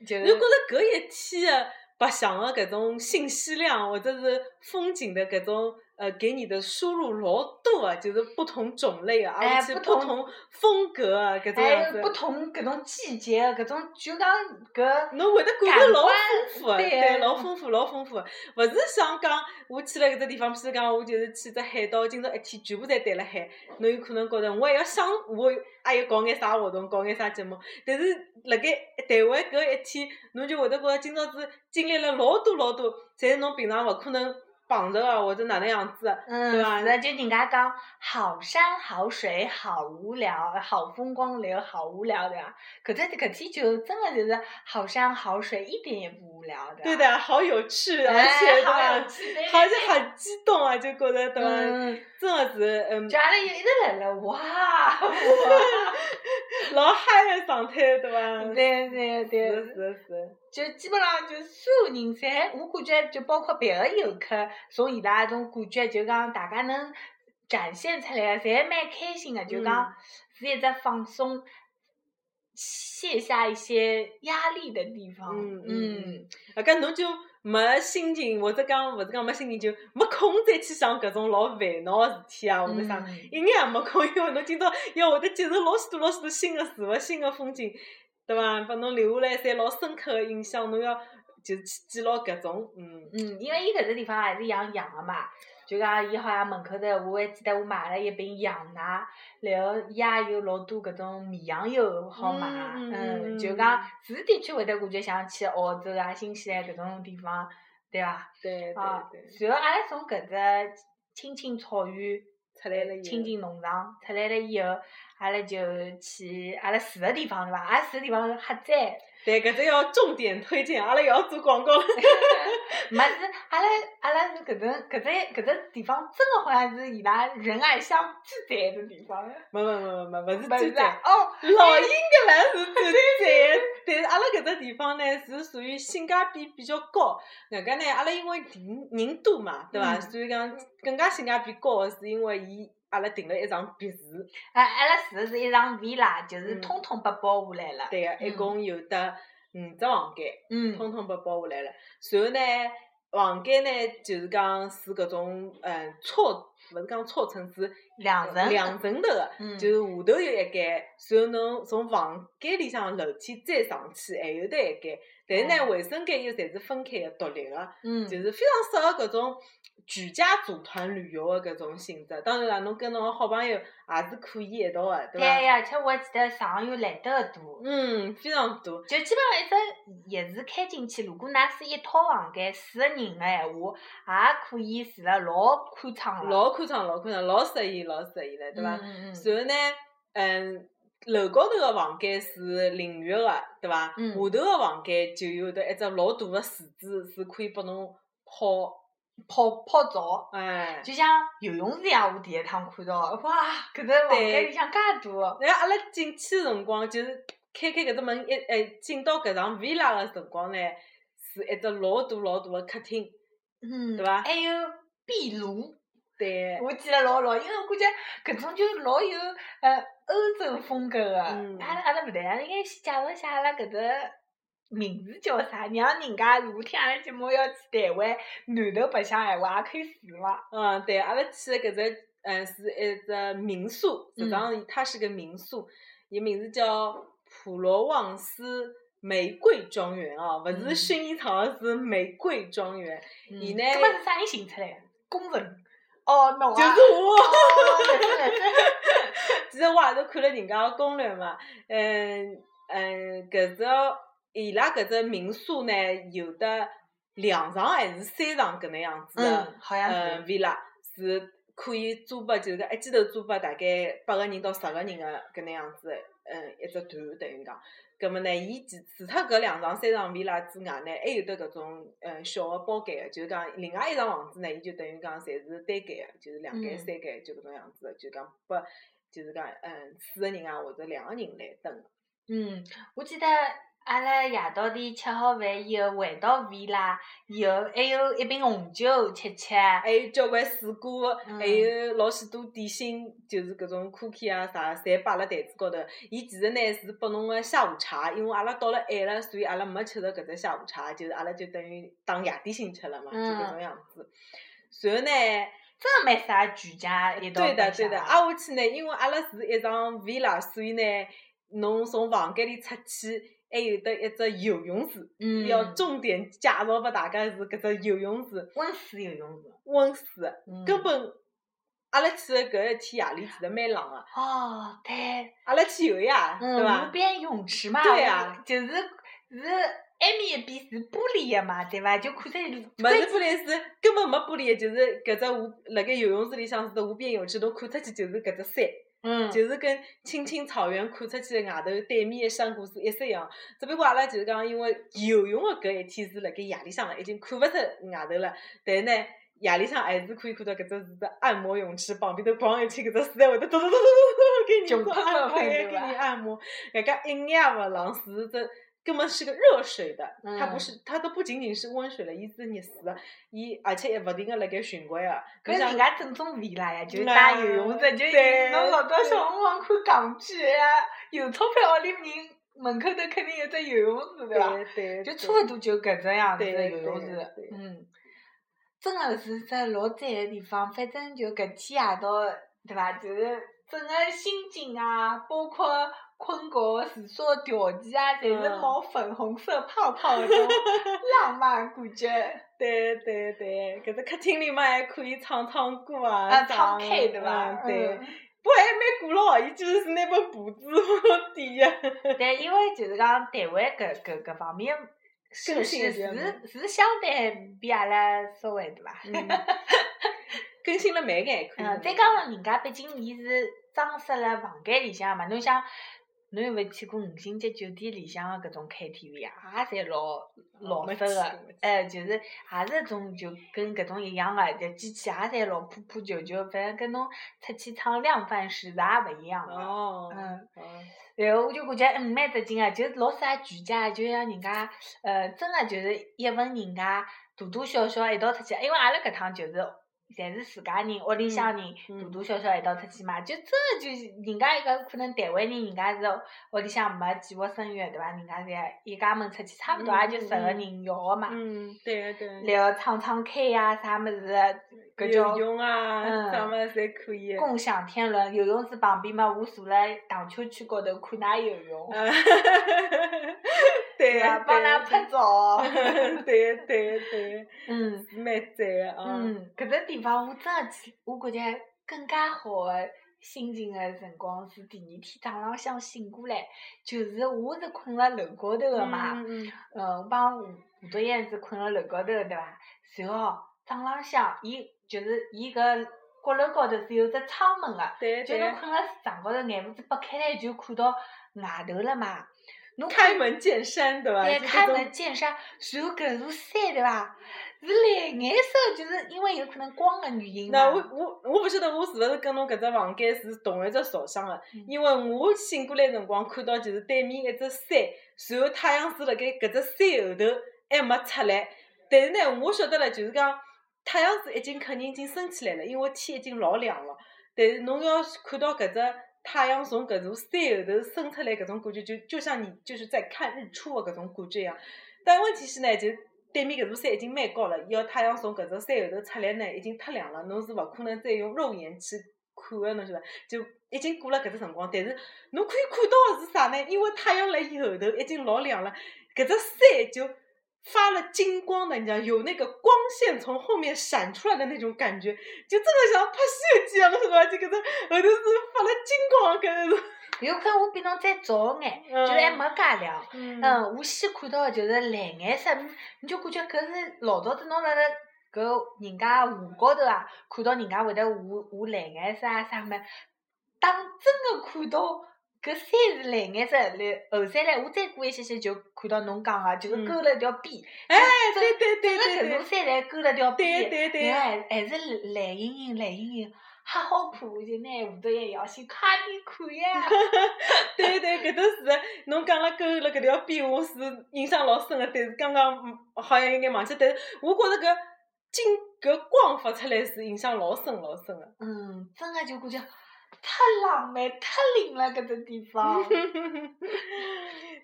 Speaker 2: 就
Speaker 1: 侬
Speaker 2: 是
Speaker 1: 觉着搿一天的白相的搿种信息量或者是风景的搿种呃给你的输入老多啊，就是不同种类啊，
Speaker 2: 哎
Speaker 1: 而且
Speaker 2: 不
Speaker 1: 不
Speaker 2: 同
Speaker 1: 同风格啊，搿种
Speaker 2: 还
Speaker 1: 样
Speaker 2: 有
Speaker 1: 子
Speaker 2: 不，同搿种季节，搿种就讲搿
Speaker 1: 侬会得感觉
Speaker 2: 感
Speaker 1: 老
Speaker 2: 官
Speaker 1: 丰富的，
Speaker 2: 对
Speaker 1: 对，老丰富老丰富的，勿是想讲我去了搿只地方，譬如讲我就是去只海岛，今朝一天全部侪待辣海，侬有可能觉着我还要想我还要搞眼啥活动，搞眼啥节目，但是辣盖台湾搿一天，侬就会得觉着今朝子经历了老多老多，侪是侬平常勿可能碰着啊个或者哪能样子的，对吧
Speaker 2: 嗯，是的，就人家讲好山好水好无聊，好风光流好无聊对伐？搿只搿天就真的就是好山好水，一点也不无聊的。
Speaker 1: 对的，好有趣，而
Speaker 2: 啊哎，
Speaker 1: 且对
Speaker 2: 好有
Speaker 1: 伐？
Speaker 2: 趣对
Speaker 1: 而且很激动啊，就觉着对伐？
Speaker 2: 嗯，
Speaker 1: 真的是嗯。
Speaker 2: 就阿拉就一直辣辣哇哇，
Speaker 1: 老嗨的状态，对伐？
Speaker 2: 对对对。
Speaker 1: 嗯是是是，
Speaker 2: 就基本上就所有人侪，我感觉就包括别个游客，从伊拉一种感觉，就讲大家能展现出来的，侪蛮开心的，就讲
Speaker 1: 嗯
Speaker 2: 是一只放松、卸下一些压力的地方。
Speaker 1: 嗯嗯
Speaker 2: 嗯，
Speaker 1: 啊，搿侬就没心情，或者讲勿是讲没心情，就没空再去想搿种老烦恼个事体啊，或者啥，
Speaker 2: 嗯
Speaker 1: 一眼也没空，因为 [LAUGHS] 侬今朝要会得接受老许多老许多新个事物、新个风景，对伐？拨侬留下来侪老深刻个印象，侬要就是去记牢搿种，嗯，
Speaker 2: 嗯，因为伊搿只地方还是养羊的嘛，就讲伊好像门口头，我还记得我买了一瓶羊奶，然后伊也有老多搿种绵羊油好买，
Speaker 1: 嗯
Speaker 2: 嗯，
Speaker 1: 嗯嗯
Speaker 2: 就讲是的确会得感觉想去澳洲啊、新西兰搿种地方，对伐？
Speaker 1: 对
Speaker 2: 啊
Speaker 1: 对对，，
Speaker 2: 然后阿拉从搿只青青草原。
Speaker 1: 出来了以后
Speaker 2: 亲近农场出来了以后，阿拉就去阿拉住个地方是伐？阿拉住个地方是黑寨，
Speaker 1: 对搿只要重点推荐，阿拉也要做广告了。 [LAUGHS]
Speaker 2: 没是， [LAUGHS] 阿拉阿拉是搿种搿只搿只地方，真个好像是伊拉仁爱乡最赞的地方。
Speaker 1: 没没没没没，勿是
Speaker 2: 不
Speaker 1: 最
Speaker 2: 是
Speaker 1: 赞
Speaker 2: 啊。哦，
Speaker 1: 老英格兰是最赞，但是阿拉搿只地方呢是属于性价比比较高。外加呢，阿拉因为人人多嘛，对伐？
Speaker 2: 嗯
Speaker 1: 所以讲更加性价比高个是因为伊阿拉订了一幢别墅，
Speaker 2: 啊，阿拉住的是一幢 villa，就是
Speaker 1: 嗯
Speaker 2: 通通拨包下来了。
Speaker 1: 对个，一
Speaker 2: 嗯
Speaker 1: 共有得五只房间。
Speaker 2: 嗯
Speaker 1: 统统拨包下来了。随后呢，房间呢就是讲是搿种嗯错，勿是讲错层，是
Speaker 2: 两层
Speaker 1: 两层头个，
Speaker 2: 嗯
Speaker 1: 就是下头有一间，随后侬从房间里向楼梯再上去，还有得一间。但是呢，
Speaker 2: 哦
Speaker 1: 卫生间又侪是分开个、独立个，
Speaker 2: 嗯，
Speaker 1: 就是非常适合搿种全家组团旅游个搿种性质。当然啦，侬跟侬个好朋友也是可以一道个，
Speaker 2: 对
Speaker 1: 对伐？
Speaker 2: 哎呀，而且我还记得床又来得多。
Speaker 1: 嗯，非常多。
Speaker 2: 就基本上一只也是开进去，如果㑚是一套房间四个人的闲话，也可以住了老宽敞了，
Speaker 1: 老宽敞，老宽敞，老适宜，老适宜了，对伐？
Speaker 2: 嗯嗯嗯
Speaker 1: 然后呢，嗯，楼高头个房间是淋浴个，对伐？
Speaker 2: 嗯
Speaker 1: 下头个房间就有得一只老大个池子，是可以拨侬泡，
Speaker 2: 泡泡澡，
Speaker 1: 哎。
Speaker 2: 就像游泳池呀，我第一趟看到，哇，搿只房间里向介大，
Speaker 1: 然后阿拉进去个辰光，就是开开搿只门一，哎，进到搿幢 villa 个辰光呢，是一只老大老大个客厅，
Speaker 2: 嗯
Speaker 1: 对伐
Speaker 2: 还有壁炉，
Speaker 1: 对。
Speaker 2: 我记得老牢，因为我感觉搿种就是老有呃欧洲风格个、
Speaker 1: 嗯
Speaker 2: 阿拉阿拉勿对，阿拉应该先介绍一下阿拉搿只名字叫啥，让人家如果听阿拉节目要去台湾南头白相闲话，也可以试嘛。
Speaker 1: 嗯，对，阿拉去的搿只，嗯，是一只民宿，
Speaker 2: 嗯
Speaker 1: 实际上它是个民宿，伊名字叫普罗旺斯玫瑰庄园哦，勿
Speaker 2: 嗯
Speaker 1: 是薰衣草，是玫瑰庄园，伊呢
Speaker 2: 搿么是啥人寻出来的？工人。哦，侬啊。
Speaker 1: 就是
Speaker 2: 哦。
Speaker 1: 我。
Speaker 2: 是是是
Speaker 1: 其实我也是看了人家个攻略嘛，嗯嗯，搿只伊拉搿只民宿呢，有的两床还是三床搿能样子
Speaker 2: [LAUGHS]
Speaker 1: 的，
Speaker 2: 嗯，好像
Speaker 1: 嗯
Speaker 2: 是。
Speaker 1: ，villa 是可以租拨，就是讲一记头租拨大概八个人到十个人个搿能样子的，嗯，一只团等于讲。葛末呢，伊其除脱搿两床、三床 villa 之外呢，还有得搿种呃小个包间个，就是讲另外一幢房子呢，伊就等于讲侪是单间个，就是两
Speaker 2: 嗯
Speaker 1: 间、三间就搿种样子的，就讲拨就是讲嗯四个人啊或者两个人来蹲个。
Speaker 2: 嗯，我记得阿拉夜到底吃好饭以后回到 villa 以后，还有一瓶红酒吃吃。
Speaker 1: 还有交关水果，还
Speaker 2: 嗯
Speaker 1: 有老许多点心，就是搿种 cookie 啊啥，侪摆辣台子高头。伊其实呢是拨侬个下午茶，因为阿拉到了晚了，所以阿拉没吃着搿只下午茶，就是阿拉就等于当夜点心吃了嘛，就搿
Speaker 2: 嗯
Speaker 1: 种样子。然后呢，
Speaker 2: 真的蛮适合全家一道
Speaker 1: 对的
Speaker 2: 白
Speaker 1: 对
Speaker 2: 相
Speaker 1: 的，啊挨下去呢，因为阿拉是一幢 villa，所以呢，侬从房间里出去，还有得一只游泳池，
Speaker 2: 嗯，
Speaker 1: 要重点介绍拨大家是搿只游泳池
Speaker 2: 温水游泳池，
Speaker 1: 温水。
Speaker 2: 嗯
Speaker 1: 根本阿拉去的搿一天夜里其实蛮冷个，
Speaker 2: 哦，对，
Speaker 1: 阿拉去游呀，
Speaker 2: 嗯，
Speaker 1: 对
Speaker 2: 路
Speaker 1: 伐？
Speaker 2: 边泳池嘛，
Speaker 1: 对啊
Speaker 2: 就是是埃面一边是玻璃的嘛，对伐？就看出来路，
Speaker 1: 勿是玻璃是根本没玻璃的，就是搿只湖，辣盖游泳池里向是只湖边泳池，侬看出去就是搿只山，
Speaker 2: 嗯，
Speaker 1: 就是跟青青草原看出去的外头对面的山谷是一式一样。只不过阿拉就是讲，因为游泳的搿一天是辣盖夜里向了，已经看勿出外头了，但是呢。夜里向还是可以看到搿只是只按摩泳池，旁边头光一圈搿只水在会得嘟嘟嘟嘟嘟嘟给你
Speaker 2: 就
Speaker 1: 做
Speaker 2: 喷喷
Speaker 1: 按摩，
Speaker 2: 喷
Speaker 1: 给
Speaker 2: 对吧
Speaker 1: 你按摩。人家一眼也勿冷，是这根本是个热水的，它
Speaker 2: 嗯
Speaker 1: 不是，它都不仅仅是温水了，伊是热水的，伊而且也勿停个辣盖循环啊个。
Speaker 2: 搿是
Speaker 1: 侬想
Speaker 2: 人家正宗味啦呀，啊就是打游泳池，就
Speaker 1: 对
Speaker 2: 侬老早
Speaker 1: 对
Speaker 2: 小辰光看港剧呀，有钞票屋里面门口头肯定有只游泳池，对伐？
Speaker 1: 对对，
Speaker 2: 就
Speaker 1: 对
Speaker 2: 差勿多就搿只样子
Speaker 1: 对
Speaker 2: 的游
Speaker 1: 对
Speaker 2: 泳池
Speaker 1: 对，
Speaker 2: 嗯，真的是只老赞的地方。反正就搿天夜到，对伐？就是整个心境啊，包括困觉、住宿条件啊，侪是
Speaker 1: 嗯
Speaker 2: 冒粉红色泡泡的那种 [LAUGHS] 浪漫感
Speaker 1: [LAUGHS]
Speaker 2: 觉。
Speaker 1: 对对对，搿只客厅里嘛还可以唱唱歌啊，
Speaker 2: 啊，
Speaker 1: 啥
Speaker 2: 唱
Speaker 1: 的
Speaker 2: K 对伐
Speaker 1: 嗯？对，
Speaker 2: 嗯
Speaker 1: 不过还蛮古老，伊就是拿本簿子放底下。
Speaker 2: 对，因为就是讲台湾搿搿搿方面设
Speaker 1: 更新
Speaker 2: 施
Speaker 1: 一点嘛
Speaker 2: 是是相对比阿拉稍微对伐？
Speaker 1: 嗯更新了蛮眼，可以
Speaker 2: 嗯，
Speaker 1: 的。
Speaker 2: 再加上人家毕竟伊是装饰辣房间里向嘛，侬想，侬有没去过五星级酒店里向的搿种 KTV 啊，也侪老老
Speaker 1: 没
Speaker 2: 式个
Speaker 1: 去过，
Speaker 2: 哎，就是也是种就跟搿种一样个，就机器也侪老破破旧旧，反正跟侬出去唱量贩式啥也勿一样个。
Speaker 1: 哦，
Speaker 2: 嗯，
Speaker 1: 哦
Speaker 2: 然后我就感觉嗯蛮得劲个，就是老适合全家，就像人家呃，真个就是一份人家大大小小一道出去，因为阿拉搿趟就是侪是自家人，屋里向人
Speaker 1: 嗯
Speaker 2: 大大小小一道出去嘛，就真个就是人家一个可能台湾人，人家是屋里向没计划生育对伐？人家侪一家门出去，差勿多也就
Speaker 1: 嗯嗯
Speaker 2: 十个人要个嘛，
Speaker 1: 嗯，对个对个。
Speaker 2: 然后唱唱 K 呀啥物事，搿叫
Speaker 1: 游泳
Speaker 2: 嗯
Speaker 1: 啊，啥么侪可以啊的。
Speaker 2: 共享天伦，游泳池旁边嘛，我坐辣荡秋千高头看㑚游泳。
Speaker 1: 啊， [LAUGHS] 对
Speaker 2: 对
Speaker 1: 呀
Speaker 2: 啊，，帮㑚拍照。
Speaker 1: 对 [LAUGHS] 对对对，
Speaker 2: 嗯
Speaker 1: 是蛮赞的啊。
Speaker 2: 嗯，搿只地方我真的去，我感觉更加好的心情的辰光是第二天早浪向醒过来，就是我是困辣楼高头的嘛，
Speaker 1: 嗯，嗯
Speaker 2: 呃，我帮吴吴德燕是困辣楼高头的对伐？随后早浪向伊就是伊搿阁楼高头是有只窗门个，
Speaker 1: 对
Speaker 2: 就
Speaker 1: 对
Speaker 2: 侬，困辣床高头，眼珠子拨开来就看到外头了嘛。侬
Speaker 1: 开门见山，对伐？
Speaker 2: 对，
Speaker 1: 就
Speaker 2: 开
Speaker 1: 这种
Speaker 2: 门见山，然后搿座山对伐？是蓝颜色，就是因为有可能光个原因嘛。
Speaker 1: 那我我我不晓得我是勿是跟侬搿只房间是同一只朝向个
Speaker 2: 嗯，
Speaker 1: 因为我醒过来辰光看到就是对面一只山，然后太阳是辣盖搿只山后头还没出来，但是呢，我晓得了，就是讲太阳是已经肯定已经升起来了，因为天已经老亮了。但是侬要是看到搿只太阳从搿座山后头升出来，搿种感觉就就像你就是在看日出的搿种感觉一样。但问题是呢，就对面搿座山已经蛮高了，要太阳从搿座山后头出来呢，已经太亮了，侬是勿可能再用肉眼去看的，侬晓得伐？就已经过了搿只辰光，但是侬可以看到的是啥呢？因为太阳辣伊后头已经老亮了，搿只山就发了金光的，你知道有那个光线从后面闪出来的那种感觉，就真的像拍《西游记》一啊样，侬晓得伐？就搿只后头是发了金光，啊搿种。
Speaker 2: 有可能我比侬再早眼，
Speaker 1: 嗯
Speaker 2: 就是还没介亮。
Speaker 1: 嗯
Speaker 2: 嗯，我先看到的就是蓝颜色，嗯你就感觉搿是老早子侬辣辣搿人家湖高头啊，看到人家会得画画蓝颜色啊啥物事，当真个看到搿山是蓝颜色，来后山来我再过一些些就看到侬讲个，就是
Speaker 1: 嗯
Speaker 2: 勾了条边，
Speaker 1: 哎，
Speaker 2: 这
Speaker 1: 对对对
Speaker 2: 整个
Speaker 1: 对
Speaker 2: 搿座
Speaker 1: 对，
Speaker 2: 山来勾了条
Speaker 1: 对
Speaker 2: 边，
Speaker 1: 对对。
Speaker 2: 然后还还是蓝莹莹蓝莹莹，哈好看，我就拿下头一摇心，快点看
Speaker 1: [LAUGHS]
Speaker 2: 呀！
Speaker 1: 对对，搿倒是的。侬讲了勾了搿条边，我是印象老深个。但是刚刚嗯好像有眼忘记，但是我觉着搿金搿光发出来是印象老深老深个。
Speaker 2: 嗯，真的就感觉太浪漫、太灵了，搿只地方。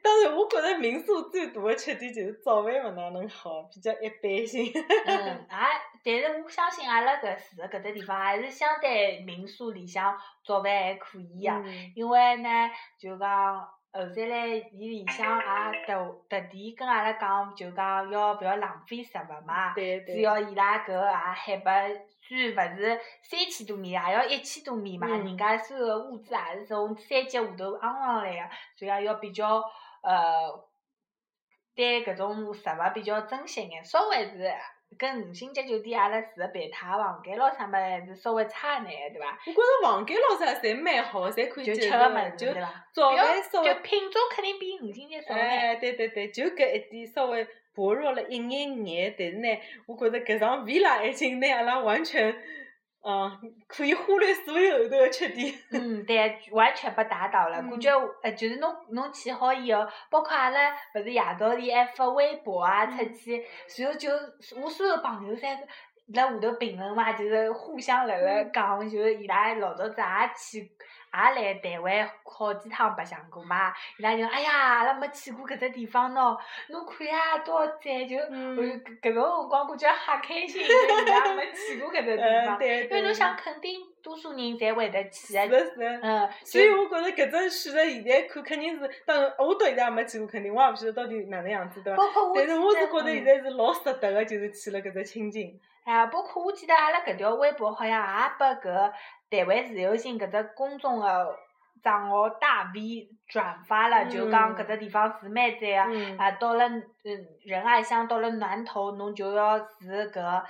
Speaker 1: 当然，我觉着民宿最大的缺点就是早饭勿哪能好，比较一般性。 [LAUGHS]
Speaker 2: 嗯，啊，但是我相信阿拉搿住的搿只地方还是相对民宿里向早饭还可以啊，
Speaker 1: 嗯
Speaker 2: 因为呢，就讲后头来伊里向也特特地跟阿拉讲，就讲要勿要浪费食物嘛。
Speaker 1: 对
Speaker 2: 只
Speaker 1: 对。
Speaker 2: 要伊拉搿个啊海拔虽然勿是三千多米，也要一千多米嘛，
Speaker 1: 嗯
Speaker 2: 人家所有个物资也是从山脚下头昂上来个，所以讲要比较呃，对搿种食物比较珍惜眼，稍微是。跟五星级酒店阿拉住个别墅房间咯啥物事还是稍微差眼的，对伐？
Speaker 1: 我觉着房间老啥侪蛮好，侪可以
Speaker 2: 就
Speaker 1: 接
Speaker 2: 吃
Speaker 1: 受
Speaker 2: 个物
Speaker 1: 的，
Speaker 2: 事，
Speaker 1: 就
Speaker 2: 对伐？
Speaker 1: 早饭稍
Speaker 2: 就
Speaker 1: 微
Speaker 2: 就品质肯定比五星级少眼。
Speaker 1: 哎，对对对，就搿一点稍微薄弱了一眼眼，但是呢，我觉着搿场 villa 已经拿阿拉完全，嗯，可以忽略所有后头的缺点。
Speaker 2: 嗯，对，完全被打倒了。
Speaker 1: 嗯
Speaker 2: 感觉呃，就是侬侬去好以后，包括阿拉勿是夜到里还发微博啊出
Speaker 1: 嗯
Speaker 2: 去，然后就我所有朋友侪辣下头评论嘛，就是互相辣
Speaker 1: 嗯
Speaker 2: 辣讲，就是伊拉老早子也去。也来台湾好几趟白相过嘛，伊拉就哎呀，阿拉没去过搿只地方喏，侬看呀，多好赞！就
Speaker 1: 嗯
Speaker 2: 我就搿搿种辰光感觉哈开心，就伊拉没去过搿只地
Speaker 1: 嗯，
Speaker 2: 方，
Speaker 1: 对
Speaker 2: 因
Speaker 1: 对。
Speaker 2: 为侬想，肯定多数人侪会得去
Speaker 1: 是
Speaker 2: 个，
Speaker 1: 的是的。
Speaker 2: 嗯，
Speaker 1: 所以我觉着搿只选择现在看肯定是，当然我到现在也没去过，肯定我也勿晓得到底哪能样子，对伐？
Speaker 2: 包括我
Speaker 1: 但是我
Speaker 2: 记
Speaker 1: 是
Speaker 2: 得
Speaker 1: 觉着
Speaker 2: 嗯
Speaker 1: 现在是老值得个，就是去了搿只清境。
Speaker 2: 哎呀，包括我记得阿拉搿条微博好像也拨搿台湾自由行搿只公众个账号大 V 转发了，就讲
Speaker 1: 嗯
Speaker 2: 搿只地方是蛮赞啊。
Speaker 1: 嗯。
Speaker 2: 啊，到了嗯仁爱乡，到了南头，侬就要住搿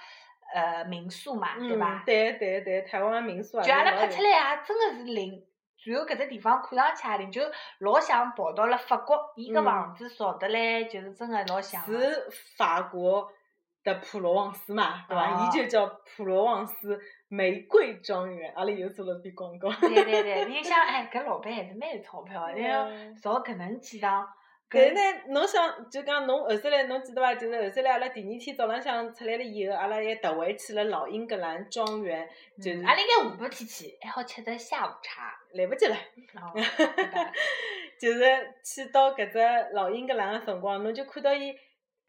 Speaker 2: 呃民宿嘛，对
Speaker 1: 嗯
Speaker 2: 伐，？
Speaker 1: 对对对，台湾民宿也
Speaker 2: 就阿拉
Speaker 1: 老
Speaker 2: 拍
Speaker 1: 有
Speaker 2: 出来也真个是灵。然后搿只地方看上去也灵，就老像跑到了法国，伊个
Speaker 1: 嗯
Speaker 2: 房子造得来，就是真个老像啊。
Speaker 1: 是法国的普罗旺斯嘛，对伐？
Speaker 2: 哦
Speaker 1: 伊就叫普罗旺斯玫瑰庄园，阿拉又做了篇广告。
Speaker 2: 对对对，你想哎，搿老板还是蛮有钞票
Speaker 1: [LAUGHS]
Speaker 2: 的，然后
Speaker 1: 嗯
Speaker 2: 造搿能几
Speaker 1: [LAUGHS]
Speaker 2: 幢，
Speaker 1: 但是呢，侬想就讲侬后头来，侬记得伐？就是后头来，阿拉第二天早浪向出来了以后，阿拉还特回去了老英格兰庄园，就
Speaker 2: 嗯
Speaker 1: 是
Speaker 2: 阿拉应该下半天去，还好吃只下午茶。
Speaker 1: 来不及了。 [LAUGHS]
Speaker 2: 哦，对吧
Speaker 1: 就是去到搿只老英格兰个辰光，侬就看到伊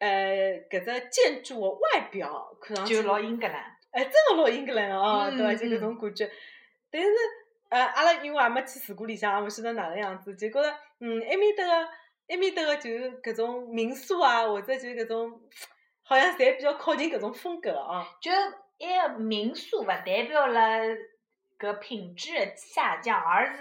Speaker 1: 呃搿只建筑个外表，看上去
Speaker 2: 就老英格兰。
Speaker 1: 哎，真个老英格兰哦，对伐？
Speaker 2: 嗯
Speaker 1: 就搿种感觉。但是，呃，阿拉因为也没去住过里向，也勿晓得哪能样子，就觉着，嗯，埃面搭个，埃面搭个就是搿种民宿啊，或者就是搿种，好像侪比较靠近搿种风格啊。
Speaker 2: 就埃个民宿勿代表了搿品质的下降，而是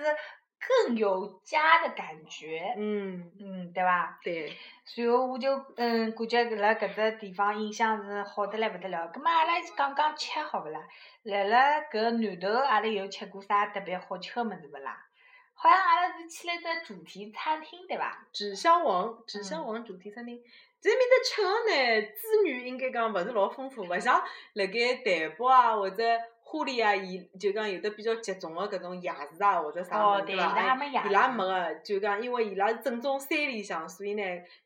Speaker 2: 更有家的感觉，
Speaker 1: 嗯，
Speaker 2: 嗯，对伐？
Speaker 1: 对，
Speaker 2: 随后我就嗯，感觉辣搿只地方印象是好得来勿得了。葛末阿拉讲讲吃好勿啦？辣辣搿南头，阿拉有吃过啥特别好吃个物事勿啦？好像阿拉是去了一只主题餐厅，对伐？
Speaker 1: 纸箱王，纸
Speaker 2: 嗯
Speaker 1: 箱王主题餐厅，这面搭吃个呢，资源应该讲勿是老丰富，勿像辣盖台北啊或者花莲啊，伊就讲有的比较集中个搿种夜市啊或者啥
Speaker 2: 哦
Speaker 1: 物，事
Speaker 2: 对，
Speaker 1: 对
Speaker 2: 伊
Speaker 1: 伐？
Speaker 2: 拉也
Speaker 1: 哎
Speaker 2: 没夜市。
Speaker 1: 伊拉没个，就讲因为伊拉是正宗山里向，所以呢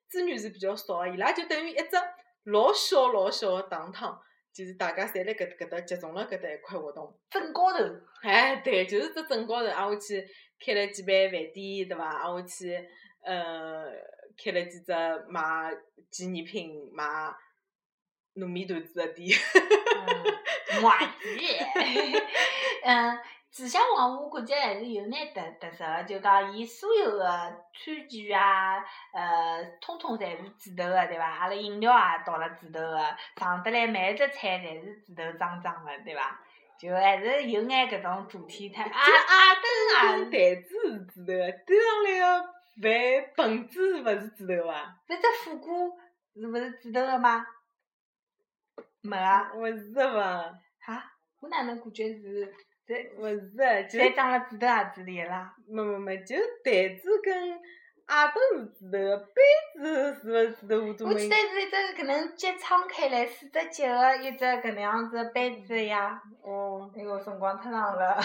Speaker 1: 资源是比较少个，伊拉就等于一只老小老小个糖汤，就是大家侪辣搿搿搭集中了搿搭一块活动。
Speaker 2: 正高头，
Speaker 1: 哎，对，就是只镇高头，挨下去开了几爿饭店，对伐？挨下去，呃，开了几只卖纪念品、卖糯米团子的店。
Speaker 2: 嗯，麻吉， [LAUGHS] 嗯，纸箱王我感觉还是有眼特特色个，就讲伊所有个餐具啊，呃，通通侪是指头个，对伐？阿拉饮料也倒了指头个，上得来每一只菜侪是指头装装个，对伐？就还是有眼搿种主题摊，
Speaker 1: [LAUGHS]
Speaker 2: 啊啊
Speaker 1: 啊，
Speaker 2: 灯啊，
Speaker 1: 台子是指头的，端上来个饭盆子是勿是指头啊？
Speaker 2: 搿只火锅是勿是指头个吗？没啊，
Speaker 1: 勿是伐？
Speaker 2: 哈，我哪能感觉是侪
Speaker 1: 勿是，就
Speaker 2: 侪装了啊指头盒子里个啦？
Speaker 1: 没没没，就台子跟矮凳是指头的，杯子是勿是指头？我都
Speaker 2: 我记
Speaker 1: 没
Speaker 2: 得。是一只搿能脚撑开来，四只脚个一只搿能样子杯子呀。
Speaker 1: 哦， [LAUGHS]
Speaker 2: 哎哟，辰光太长了。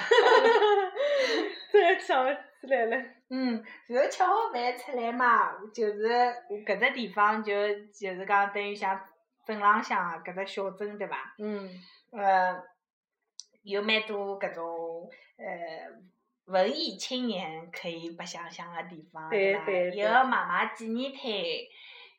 Speaker 2: [LAUGHS]
Speaker 1: 真个想勿起来了。
Speaker 2: 嗯，然后吃好饭出来嘛，就是搿只地方就就是讲等于像镇浪向啊搿只小镇对伐？
Speaker 1: 嗯。
Speaker 2: 呃，有蛮多搿种呃文艺青年可以白相相个地方，
Speaker 1: 对
Speaker 2: 伐？
Speaker 1: 对对
Speaker 2: 有个妈妈纪念摊，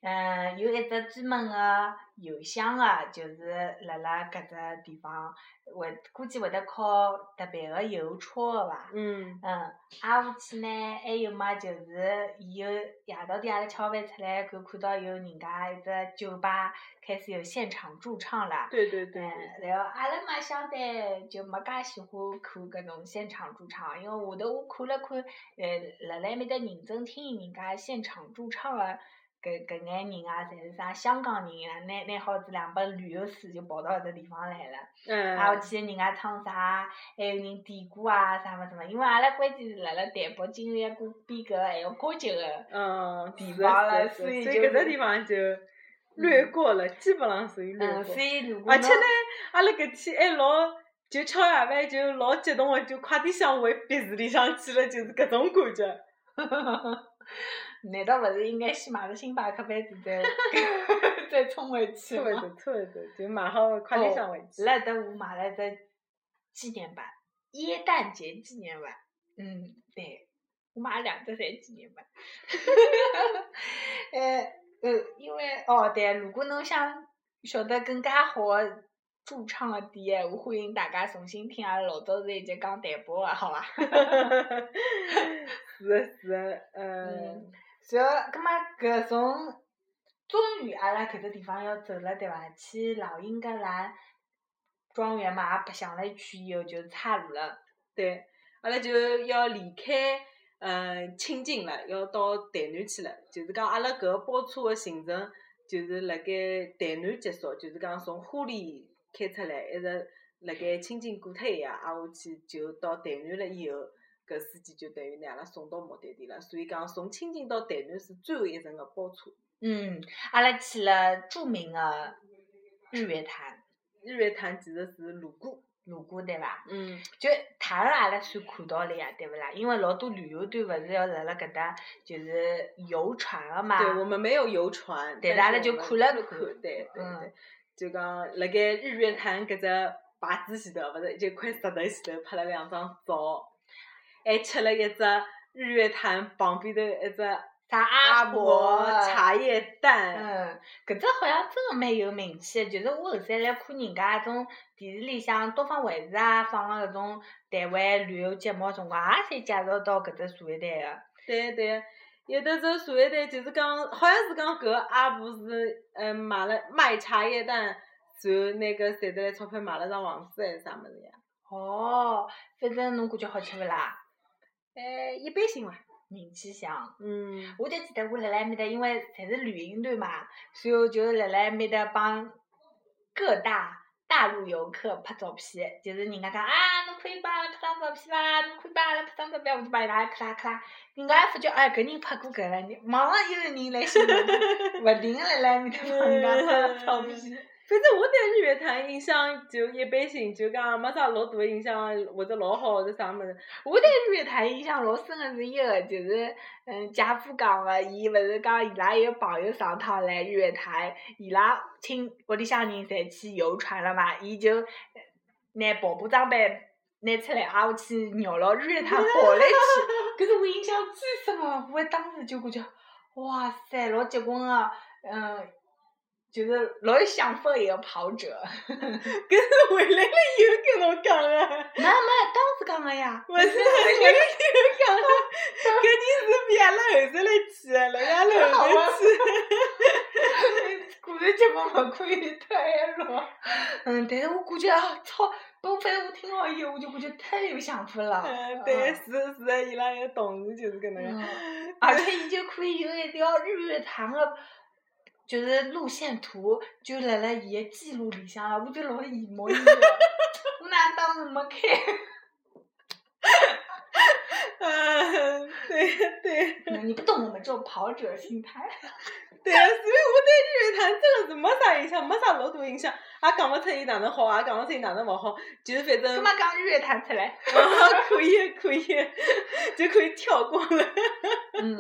Speaker 2: 嗯、有一只专门个邮箱个，就是辣辣搿只地方会估计会得靠特别个邮戳个伐？
Speaker 1: 嗯
Speaker 2: 嗯，挨下去呢，还有嘛，就是伊有夜到点阿拉吃好饭出来，看看到有人家一只酒吧开始有现场驻唱了，，
Speaker 1: 对对对，
Speaker 2: 嗯，然后阿拉嘛相对就没介喜欢看搿种现场驻唱，因为下头我看了看，呃，辣辣埃面搭认真听人家现场驻唱个搿搿眼人啊，侪是啥香港人啊，拿拿好子两本旅游书就跑到搿只地方来了。
Speaker 1: 嗯，
Speaker 2: 啊，我去人家唱啥，还有人点歌啊，啥么子么，因为阿拉关键是辣辣台北经历过比搿个还要高级个。
Speaker 1: 嗯，
Speaker 2: 地
Speaker 1: 是
Speaker 2: 方了
Speaker 1: 是
Speaker 2: 所
Speaker 1: 是
Speaker 2: 以
Speaker 1: 所
Speaker 2: 就
Speaker 1: 搿
Speaker 2: 是
Speaker 1: 只地方就略过了，基本上属于略
Speaker 2: 嗯，
Speaker 1: 过
Speaker 2: 所。以如果
Speaker 1: 而且
Speaker 2: 侬
Speaker 1: 呢，阿拉搿天还老就吃完夜饭就老激动个，就快点想回别墅里向去了，就是搿种感觉。
Speaker 2: [LAUGHS] 难道勿是应该先买个星巴克杯子 [LAUGHS] 再再冲回去
Speaker 1: 错会
Speaker 2: 吗？哦
Speaker 1: 得，错会得，就买好快点想回去。
Speaker 2: 辣搭我买了一只纪念版，耶诞节纪念版。嗯，对，我买了两只侪纪念版。 [LAUGHS] 呃呃，因为哦对，如果侬想晓得更加好的驻唱的点闲话，欢迎大家重新听阿啊拉老早子一集讲台北个，啊好伐？
Speaker 1: [LAUGHS] 是的是的，嗯
Speaker 2: 嗯，然后，葛末搿种，终于阿拉搿只地方要走了，对伐？去老鹰格兰庄园嘛，也啊白相了一圈以后就岔路了。
Speaker 1: 对，阿拉就要离开。呃，清境了，要到台南去了。就是讲，阿拉搿个包车个行程，就是辣盖台南结束，就是讲从花莲开出来，一直辣盖清境过脱一夜，挨下去就到台南了。以后，搿司机就等于拿阿拉送到目的地了。所以讲，从清境到台南是最后一程个包车。
Speaker 2: 嗯，阿拉去了著名的日月潭，
Speaker 1: 日月潭其实是路过，
Speaker 2: 泸沽对伐？
Speaker 1: 嗯，
Speaker 2: 就潭阿拉算看到了呀，对勿啦？因为老多旅游团勿是要辣辣搿搭就是游船个嘛。
Speaker 1: 对，我们没有游船，
Speaker 2: 啊对
Speaker 1: 但
Speaker 2: 阿拉
Speaker 1: 是
Speaker 2: 就
Speaker 1: 我们
Speaker 2: 看了
Speaker 1: 看
Speaker 2: 看
Speaker 1: 对对对
Speaker 2: 嗯，
Speaker 1: 就讲辣盖日月潭搿只牌子前头，勿是就块石头前头拍了两张照，还吃了一只日月潭旁边头一只
Speaker 2: 啥
Speaker 1: 阿
Speaker 2: 阿
Speaker 1: 婆
Speaker 2: 婆
Speaker 1: 茶叶蛋，
Speaker 2: 嗯，搿只好像真个蛮有名气的，就是我后头来看人家种电视里向东方卫视啊放个搿种台湾旅游节目的辰光，也侪介绍到搿只茶叶蛋个。
Speaker 1: 对对。有的只茶叶蛋就是讲，好像是讲搿个阿婆是，嗯，买了卖茶叶蛋，然后拿搿赚得来钞票买了幢房子还是啥物事呀？
Speaker 2: 哦，反正侬感觉好吃勿啦？呃，一般性伐，名气响。
Speaker 1: 嗯，
Speaker 2: 我就记得我辣辣埃面搭，因为侪是旅行团嘛，所以我就辣辣埃面搭帮各大大陆游客拍照片，就是人家讲啊，侬可以帮阿拉拍张照片伐？侬可以帮阿拉拍张照片伐，我就帮伊拉咔啦咔啦，人家还发觉哎，搿人拍过搿了，人马上又有人来寻我，勿停个辣辣埃面搭帮人家拍照片。
Speaker 1: 反正我对日月潭印象就一般性，就讲没啥老大的印象，啊或者老好或者啥物 [LAUGHS] 事。
Speaker 2: 我对日月潭印象老深个是一个，就是嗯，姐夫讲个，伊勿是讲伊拉有朋友上趟来日月潭，伊拉亲屋里向人侪去游船了嘛，伊就呃拿跑步装备拿出来，挨下去绕牢 [LAUGHS] 日月潭跑来去，搿是我印象最深个，我当时就感觉，哇塞，老结棍个，嗯，就是老有想法一个跑者。 [LAUGHS]
Speaker 1: 搿是回来了以后跟侬讲啊的，
Speaker 2: 妈妈当时讲个呀，
Speaker 1: 勿是回来了以后讲的，搿人是比阿拉后头来去的，辣阿拉后头去。
Speaker 2: [LAUGHS] 果然结棍勿可以太弱。嗯，但是我感觉啊，操！我反正我听了以后，我就感觉太有想法了。
Speaker 1: 嗯，对，
Speaker 2: 嗯
Speaker 1: 是的是的，伊拉有同事就是搿能
Speaker 2: 嗯
Speaker 1: 个。
Speaker 2: [LAUGHS] 而且伊就可以有一条日月潭个，就是路线图，就辣辣伊个记录里向了，我就老羡慕伊 [LAUGHS] 个。我哪当时没 [LAUGHS] 看？
Speaker 1: 嗯，对对。
Speaker 2: 嗯你不懂我们这种跑者心态。
Speaker 1: 对啊，所以我对日月潭真的是没啥印象，没啥老大印象，也讲勿出伊哪能好，也讲勿出伊哪能勿好，就是反
Speaker 2: 干 [LAUGHS]
Speaker 1: 正
Speaker 2: 嘛讲日月潭出来？
Speaker 1: [LAUGHS] 可以可以，就可以跳过了。 [LAUGHS]
Speaker 2: 嗯，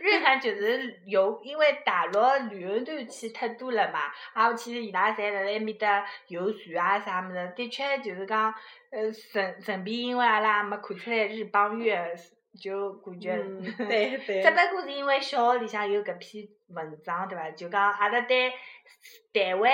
Speaker 2: 日月潭就是游，因为大陆旅游团去太多了嘛，啊，我去伊拉侪辣辣埃面搭游船啊啥物事，的确就是讲，呃，顺顺便因为阿拉也没看出来日帮月，就感觉。
Speaker 1: 嗯，对
Speaker 2: [LAUGHS]
Speaker 1: 对
Speaker 2: 只。不过是因为小学里向有搿篇文章，对伐？就讲阿拉对台湾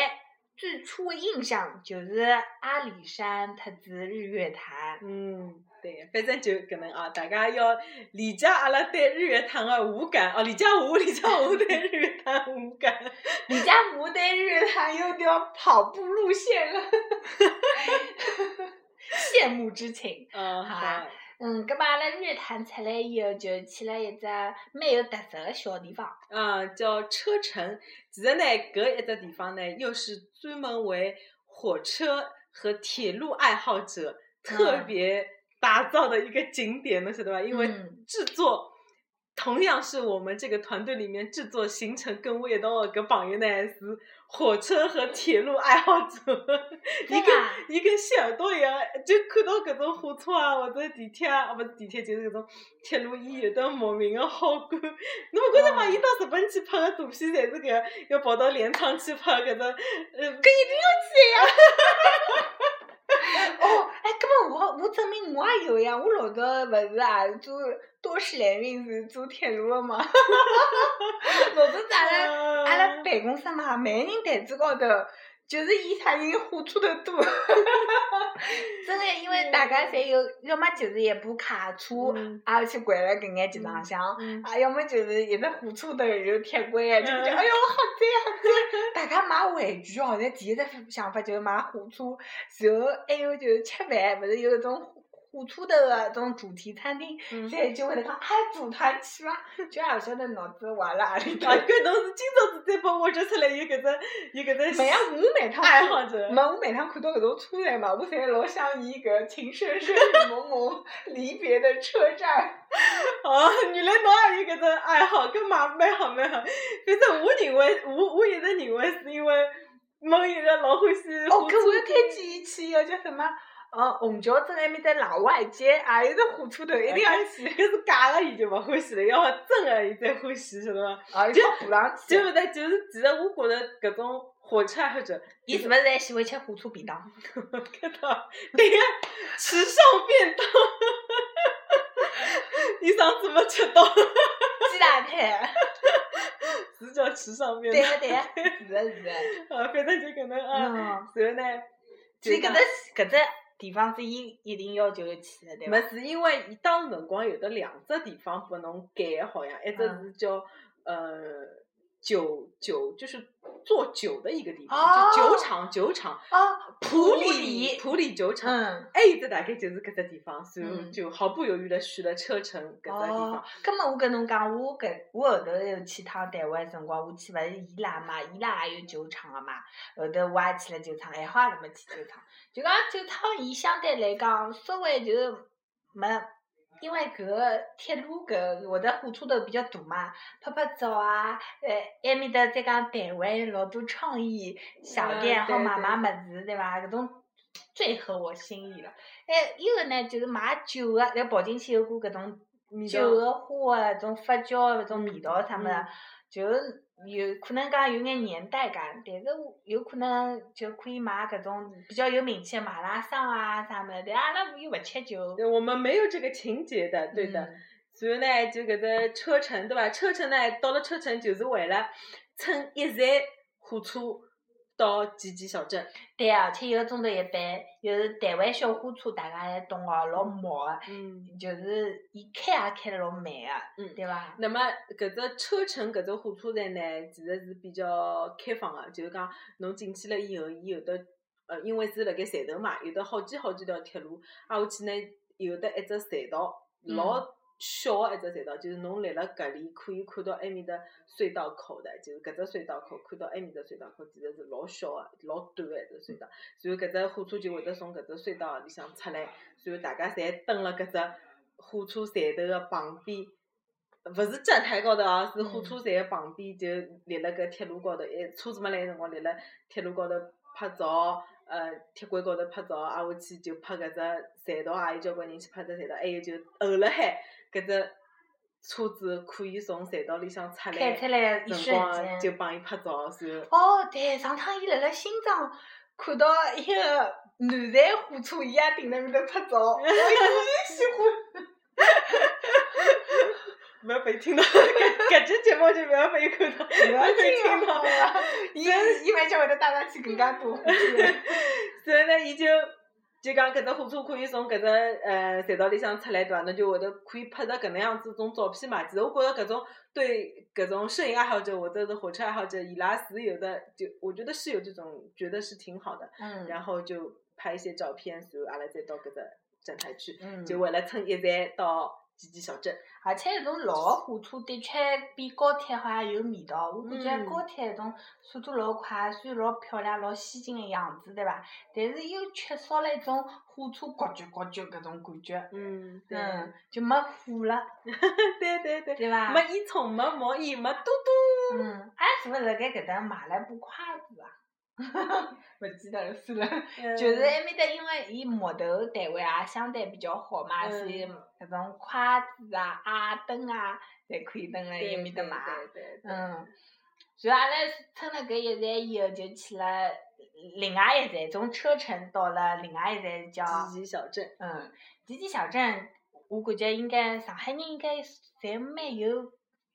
Speaker 2: 最初的印象就是阿里山特子日月潭。
Speaker 1: 嗯，对，反正就搿能啊，大家要理解阿拉对日月潭个无感哦，理解 [LAUGHS] 我，理解我对日月潭无感。
Speaker 2: [LAUGHS] 李佳木对日月潭有条跑步路线了， [LAUGHS] 羡慕之情。
Speaker 1: 嗯，
Speaker 2: 好
Speaker 1: 好，
Speaker 2: 嗯，葛末阿拉日月潭出来以后，就去了一只蛮有特色的小地方。
Speaker 1: 嗯，叫车城。其实呢，搿一只地方呢，又是专门为火车和铁路爱好者特
Speaker 2: 嗯
Speaker 1: 别打造的一个景点，侬晓得吧？因为
Speaker 2: 嗯
Speaker 1: 制作、同样是我们这个团队里面制作行程跟味道的搿朋友呢，是火车和铁路爱好者，
Speaker 2: 对
Speaker 1: 伊跟
Speaker 2: 伐
Speaker 1: 伊跟谢耳朵一样，就看到搿种火车啊，或者地铁啊，啊勿是地铁，就是搿种铁路，伊有得莫名的好感。侬勿觉着嘛？
Speaker 2: 嗯
Speaker 1: 伊到日本去拍个大片，侪是搿样，要跑到镰仓去拍搿种，呃，
Speaker 2: 搿一定要去呀！哦，哎，葛末我我证明我也有呀，我老早勿是啊做都市联运是做铁路的嘛， [LAUGHS] 老早子阿拉阿拉
Speaker 1: 嗯
Speaker 2: 办公室嘛，每个人台子高头，就是伊啥人火车头
Speaker 1: [LAUGHS]
Speaker 2: 多。真的，因为大家侪有，要么就是一部卡车，
Speaker 1: 嗯
Speaker 2: 啊去掼了搿眼集装箱，
Speaker 1: 嗯
Speaker 2: 啊，要么就是一只火车头，有铁轨啊，就觉得
Speaker 1: 嗯
Speaker 2: 哎哟好赞 [LAUGHS] 好赞。大家买玩具哦，现在第一只想法就是买火车，然后还有就是吃饭，勿是有一种火车头的种主题餐厅，
Speaker 1: 嗯
Speaker 2: 所以就会得讲哎组团去伐，就也勿晓得脑子歪了何里搭
Speaker 1: 啊，。搿侬是今朝子再拨我折出来有搿只有搿只
Speaker 2: 没啊，我每趟
Speaker 1: 爱好者
Speaker 2: 没，我每趟看到搿种车站嘛，我侪老想伊搿情深深雨蒙蒙离别的车站。
Speaker 1: [LAUGHS] 哦，原来侬也有搿只爱好，搿蛮蛮好蛮好。反正我认为，我我一直认为是因为某一个老欢喜
Speaker 2: 哦，
Speaker 1: 火车
Speaker 2: 搿我
Speaker 1: 头
Speaker 2: 推荐伊去个哦叫什么？呃，虹桥镇埃面搭老外街，啊也有只火车头，一定要去。
Speaker 1: 搿是假的，伊就勿欢喜了，要真的伊才欢喜，晓得伐？
Speaker 2: 啊，
Speaker 1: 就
Speaker 2: 就补上
Speaker 1: 就
Speaker 2: 去。
Speaker 1: 勿对，就是其实我觉着搿种火车爱好者， [LAUGHS]
Speaker 2: 伊是勿是还喜欢吃火车便当？
Speaker 1: 搿道对个时尚便当，伊上次没吃到，
Speaker 2: [LAUGHS] 鸡蛋摊。
Speaker 1: 是叫时尚便
Speaker 2: 对
Speaker 1: 当
Speaker 2: 个对个， [LAUGHS] 是个是个。，
Speaker 1: 啊，反正就搿能啊。
Speaker 2: 嗯，
Speaker 1: 然后呢，
Speaker 2: 所以
Speaker 1: 就
Speaker 2: 搿
Speaker 1: 讲
Speaker 2: 只搿只地方是伊一定要求要去的，对伐
Speaker 1: 没？是因为伊当辰光有得两只地方拨侬改个好像，一只
Speaker 2: 嗯
Speaker 1: 是叫呃酒酒就是做酒的一个地方，
Speaker 2: 哦
Speaker 1: 就酒厂酒厂
Speaker 2: 哦，
Speaker 1: 普
Speaker 2: 里
Speaker 1: 里，普里酒厂。
Speaker 2: 嗯，
Speaker 1: 埃面搭大概就是搿只地方，然后
Speaker 2: 嗯
Speaker 1: 就毫不犹豫的选了车城搿只地
Speaker 2: 哦
Speaker 1: 方。，
Speaker 2: 葛末我跟侬讲，我搿我后头又去趟台湾的辰光，我去勿是伊拉嘛，伊拉也有酒厂个嘛，后头我也去了酒厂，还好也没去酒厂，就讲酒厂伊相对来讲稍微就是没。因为搿个铁路搿个或者火车头比较大嘛，拍拍照啊，呃，埃面搭再讲台湾有老多创意小
Speaker 1: 嗯
Speaker 2: 店，好
Speaker 1: 对
Speaker 2: 买
Speaker 1: 对
Speaker 2: 买物事，对伐？搿种最合我心意了。哎，一个呢就是买酒个，来跑进去有股搿种
Speaker 1: 味
Speaker 2: 酒
Speaker 1: 道
Speaker 2: 个花个搿种发酵的搿种味道啥么
Speaker 1: 嗯
Speaker 2: 的，就是有可能讲有眼年代感，但是我有可能就可以买搿种比较有名气的麻辣香啊啥么的，但阿拉又勿吃酒。
Speaker 1: 对，我们没有这个情节的，对的。
Speaker 2: 嗯。
Speaker 1: 然后呢，就搿只车程对伐？车程呢，到了车程就是为了乘一站火车到几几小镇。
Speaker 2: 对，而且一个钟头一班，又是台湾小火车，大家侪懂哦，老毛个，
Speaker 1: 嗯，
Speaker 2: 就是伊开也开得老慢个，
Speaker 1: 嗯
Speaker 2: 对伐？
Speaker 1: 那么搿只车程搿只火车站呢，其实是比较开放个、就是讲侬进去了以后，伊有的呃，因为是辣盖站头嘛，有的好几好几条铁路，挨下去呢有的一只隧道，
Speaker 2: 嗯
Speaker 1: 老小个一只隧道，就是侬来了搿里可以看到埃面的隧道口的，就是搿只隧道口看到埃面的隧道口，其实是老小个、老短个一只隧道。然后搿只火车就会得从搿只隧道里向出来，然后大家侪蹲辣搿只火车站头个旁边，勿是站台高头啊，是火
Speaker 2: 嗯
Speaker 1: 车站个旁边就立辣搿铁路高头，一车子没来个辰光立辣铁路高头拍照，呃，铁轨高头拍照，挨下去就拍搿只隧道啊，有交关人去拍只隧道，还有就后辣海搿只车子可以从隧道里向出
Speaker 2: 开出
Speaker 1: 来，
Speaker 2: 来一
Speaker 1: 辰光
Speaker 2: 瞬
Speaker 1: 就
Speaker 2: 间。
Speaker 1: 帮伊拍照，然后。
Speaker 2: 哦，对，上趟伊辣辣新庄看到一个南站火车，伊也停辣面搭拍照，哎喜欢。
Speaker 1: 不要被听到， [LAUGHS] 搿搿只节目就不要被 [LAUGHS] 看到，不要被听到。
Speaker 2: 伊伊完全会得带㑚去更加多火车。
Speaker 1: 所以呢，伊就就讲搿只火车可以从搿只呃隧道里向出来，对伐？侬就会得可以拍着搿能样子种照片嘛。其实我觉着搿种对搿种摄影爱好者或者是火车爱好者，伊拉是有的，就我觉得是有这种觉得是挺好的，
Speaker 2: 嗯
Speaker 1: 然后就拍一些照片，然后阿拉再到搿只站台去，
Speaker 2: 嗯啊
Speaker 1: 就为了乘一站到几几小镇。
Speaker 2: 而且搿种老个火车的确比高铁好像有味道。我感觉
Speaker 1: 嗯
Speaker 2: 高铁搿种速度老快，虽然老漂亮、老先进个样子，对伐？但是又缺少了一种火车咯啾咯啾搿种感觉。
Speaker 1: 嗯，对，
Speaker 2: 嗯，就没火了，
Speaker 1: 对对对，
Speaker 2: 对伐？
Speaker 1: 没烟囱，没毛衣，没嘟嘟。
Speaker 2: 嗯，俺是不是辣盖搿搭买了一把筷子啊？ [LAUGHS] 勿记得了，算了。
Speaker 1: 嗯
Speaker 2: 就是埃面搭，因为伊木头台湾也啊相对比较好嘛，所以
Speaker 1: 嗯
Speaker 2: 搿种筷子啊、矮凳啊，侪可以蹲辣埃面搭买。
Speaker 1: 嗯对对对
Speaker 2: 嗯，然后阿拉乘了搿一站以后，就去了另外一站，从车城到了另外一站叫
Speaker 1: 积极小镇，
Speaker 2: 嗯，集集小镇，我感觉应该上海人应该侪蛮有，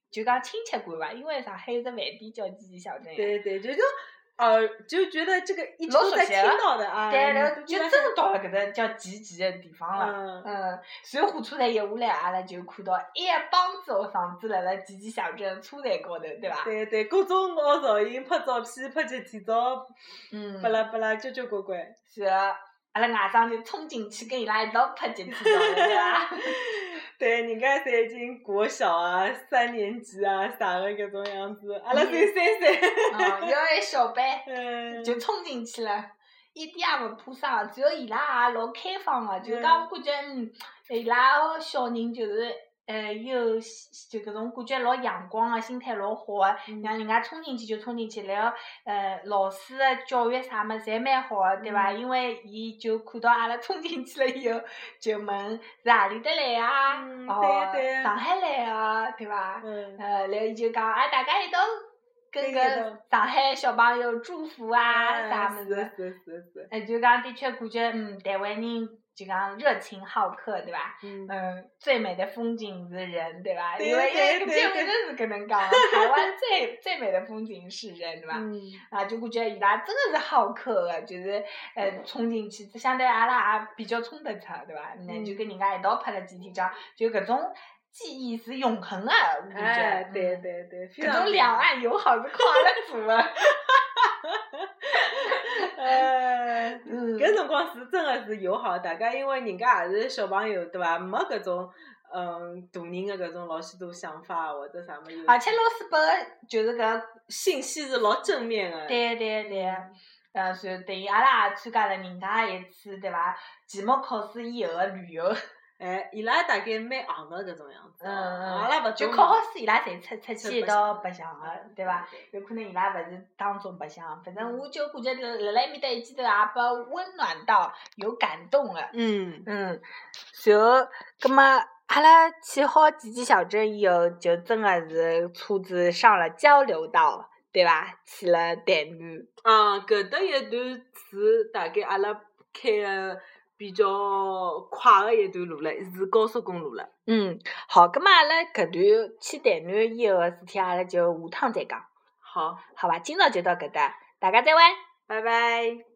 Speaker 2: 就讲亲切感伐，因为上海有只饭店叫集集小镇呀。
Speaker 1: 对对，就就呃，就觉得这个一直
Speaker 2: 老
Speaker 1: 都
Speaker 2: 熟
Speaker 1: 在
Speaker 2: 悉
Speaker 1: 听
Speaker 2: 了
Speaker 1: 到的啊，
Speaker 2: 对，
Speaker 1: 你
Speaker 2: 然后
Speaker 1: 都
Speaker 2: 嗯就
Speaker 1: 觉得
Speaker 2: 真的到了搿个叫集集的地方了。
Speaker 1: 嗯，
Speaker 2: 嗯，然后火车站一下来，阿拉就看到一帮子学生子辣辣集集小镇车站高头，对伐？
Speaker 1: 对对，各种凹造型、拍照片、拍集体照，
Speaker 2: 嗯
Speaker 1: 巴拉巴拉，交交关关。
Speaker 2: 是阿拉外甥就冲进去跟伊拉一道拍集体照了，对伐？
Speaker 1: 对，人家侪已经国小啊、三年级啊啥的搿种样子，阿拉才三岁。
Speaker 2: [LAUGHS] 嗯，有一小班。
Speaker 1: 嗯，
Speaker 2: 就冲进去了，一点也勿怕生，只要伊拉也老开放个、就是讲我感觉，嗯，伊拉小人就是，呃，有就搿种感觉老阳光个、心态老好个、让人家冲进去就冲进去，然后呃，老师个教育啥么子侪蛮好个，对伐？
Speaker 1: 嗯
Speaker 2: 因为伊就看到阿拉冲进去了以后，就问是何里搭来啊？
Speaker 1: 嗯对
Speaker 2: 哦，
Speaker 1: 对呀
Speaker 2: 上海来啊，对伐？
Speaker 1: 嗯，
Speaker 2: 呃，然后伊就讲啊，大家一道跟
Speaker 1: 跟一
Speaker 2: 个
Speaker 1: 道
Speaker 2: 上海小朋友祝福啊，
Speaker 1: 嗯
Speaker 2: 啥么
Speaker 1: 是
Speaker 2: 子，
Speaker 1: 是是是，
Speaker 2: 哎，就讲的确感觉，嗯，台湾人就讲热情好客，对吧？
Speaker 1: 嗯，
Speaker 2: 嗯，最美的风景是人，对吧？
Speaker 1: 对
Speaker 2: 因为因
Speaker 1: 对
Speaker 2: 为搿
Speaker 1: 对
Speaker 2: 节目
Speaker 1: 对
Speaker 2: 真是搿能讲
Speaker 1: [LAUGHS]
Speaker 2: 啊，台湾最最美的风景是人，对吧？
Speaker 1: 嗯
Speaker 2: 啊，就感觉伊拉真的是好客的，就是呃冲进去，相对阿拉也比较冲得出，对伐？那就
Speaker 1: 嗯
Speaker 2: 跟人家一道拍了几天照，就搿种记忆是永恒的、啊，我感觉。
Speaker 1: 哎，对
Speaker 2: 嗯。
Speaker 1: 对对，非
Speaker 2: 这
Speaker 1: 常
Speaker 2: 种两岸友好是快乐
Speaker 1: [LAUGHS]
Speaker 2: 死的。
Speaker 1: 呃，
Speaker 2: 嗯
Speaker 1: 搿辰光是真个是友好，大家因为人家也是小朋友，对伐？没搿种嗯大人的搿种老许多想法或者啥物事，
Speaker 2: 而且老师拨个就是搿，
Speaker 1: 信息是老正面个。
Speaker 2: 对对对，呃，然后等于阿拉也参加了人家一次对伐？期末考试以后个旅游，
Speaker 1: 哎，伊拉大概蛮戆个搿种样子。
Speaker 2: 嗯
Speaker 1: 阿拉勿
Speaker 2: 就
Speaker 1: 懂
Speaker 2: 考好试伊拉侪出出
Speaker 1: 出
Speaker 2: 去一
Speaker 1: 白
Speaker 2: 道
Speaker 1: 相
Speaker 2: 白相个，对伐？？有可能伊拉勿是当中白相，反
Speaker 1: 嗯
Speaker 2: 正我就感觉辣辣辣埃面搭一记头也拨温暖到，有感动个。
Speaker 1: 嗯，
Speaker 2: 嗯，然后，葛么阿拉去好几个小镇以后，就真个是车子上了交流道，对伐？去了台南。
Speaker 1: 啊，搿搭一段是大概阿拉开个比较快个一段路了，是高速公路了。
Speaker 2: 嗯，好，葛么阿拉搿段去台南以后个事体，阿拉就下趟再讲，
Speaker 1: 好，
Speaker 2: 好伐？今朝就到搿搭，大家再会。
Speaker 1: 拜拜。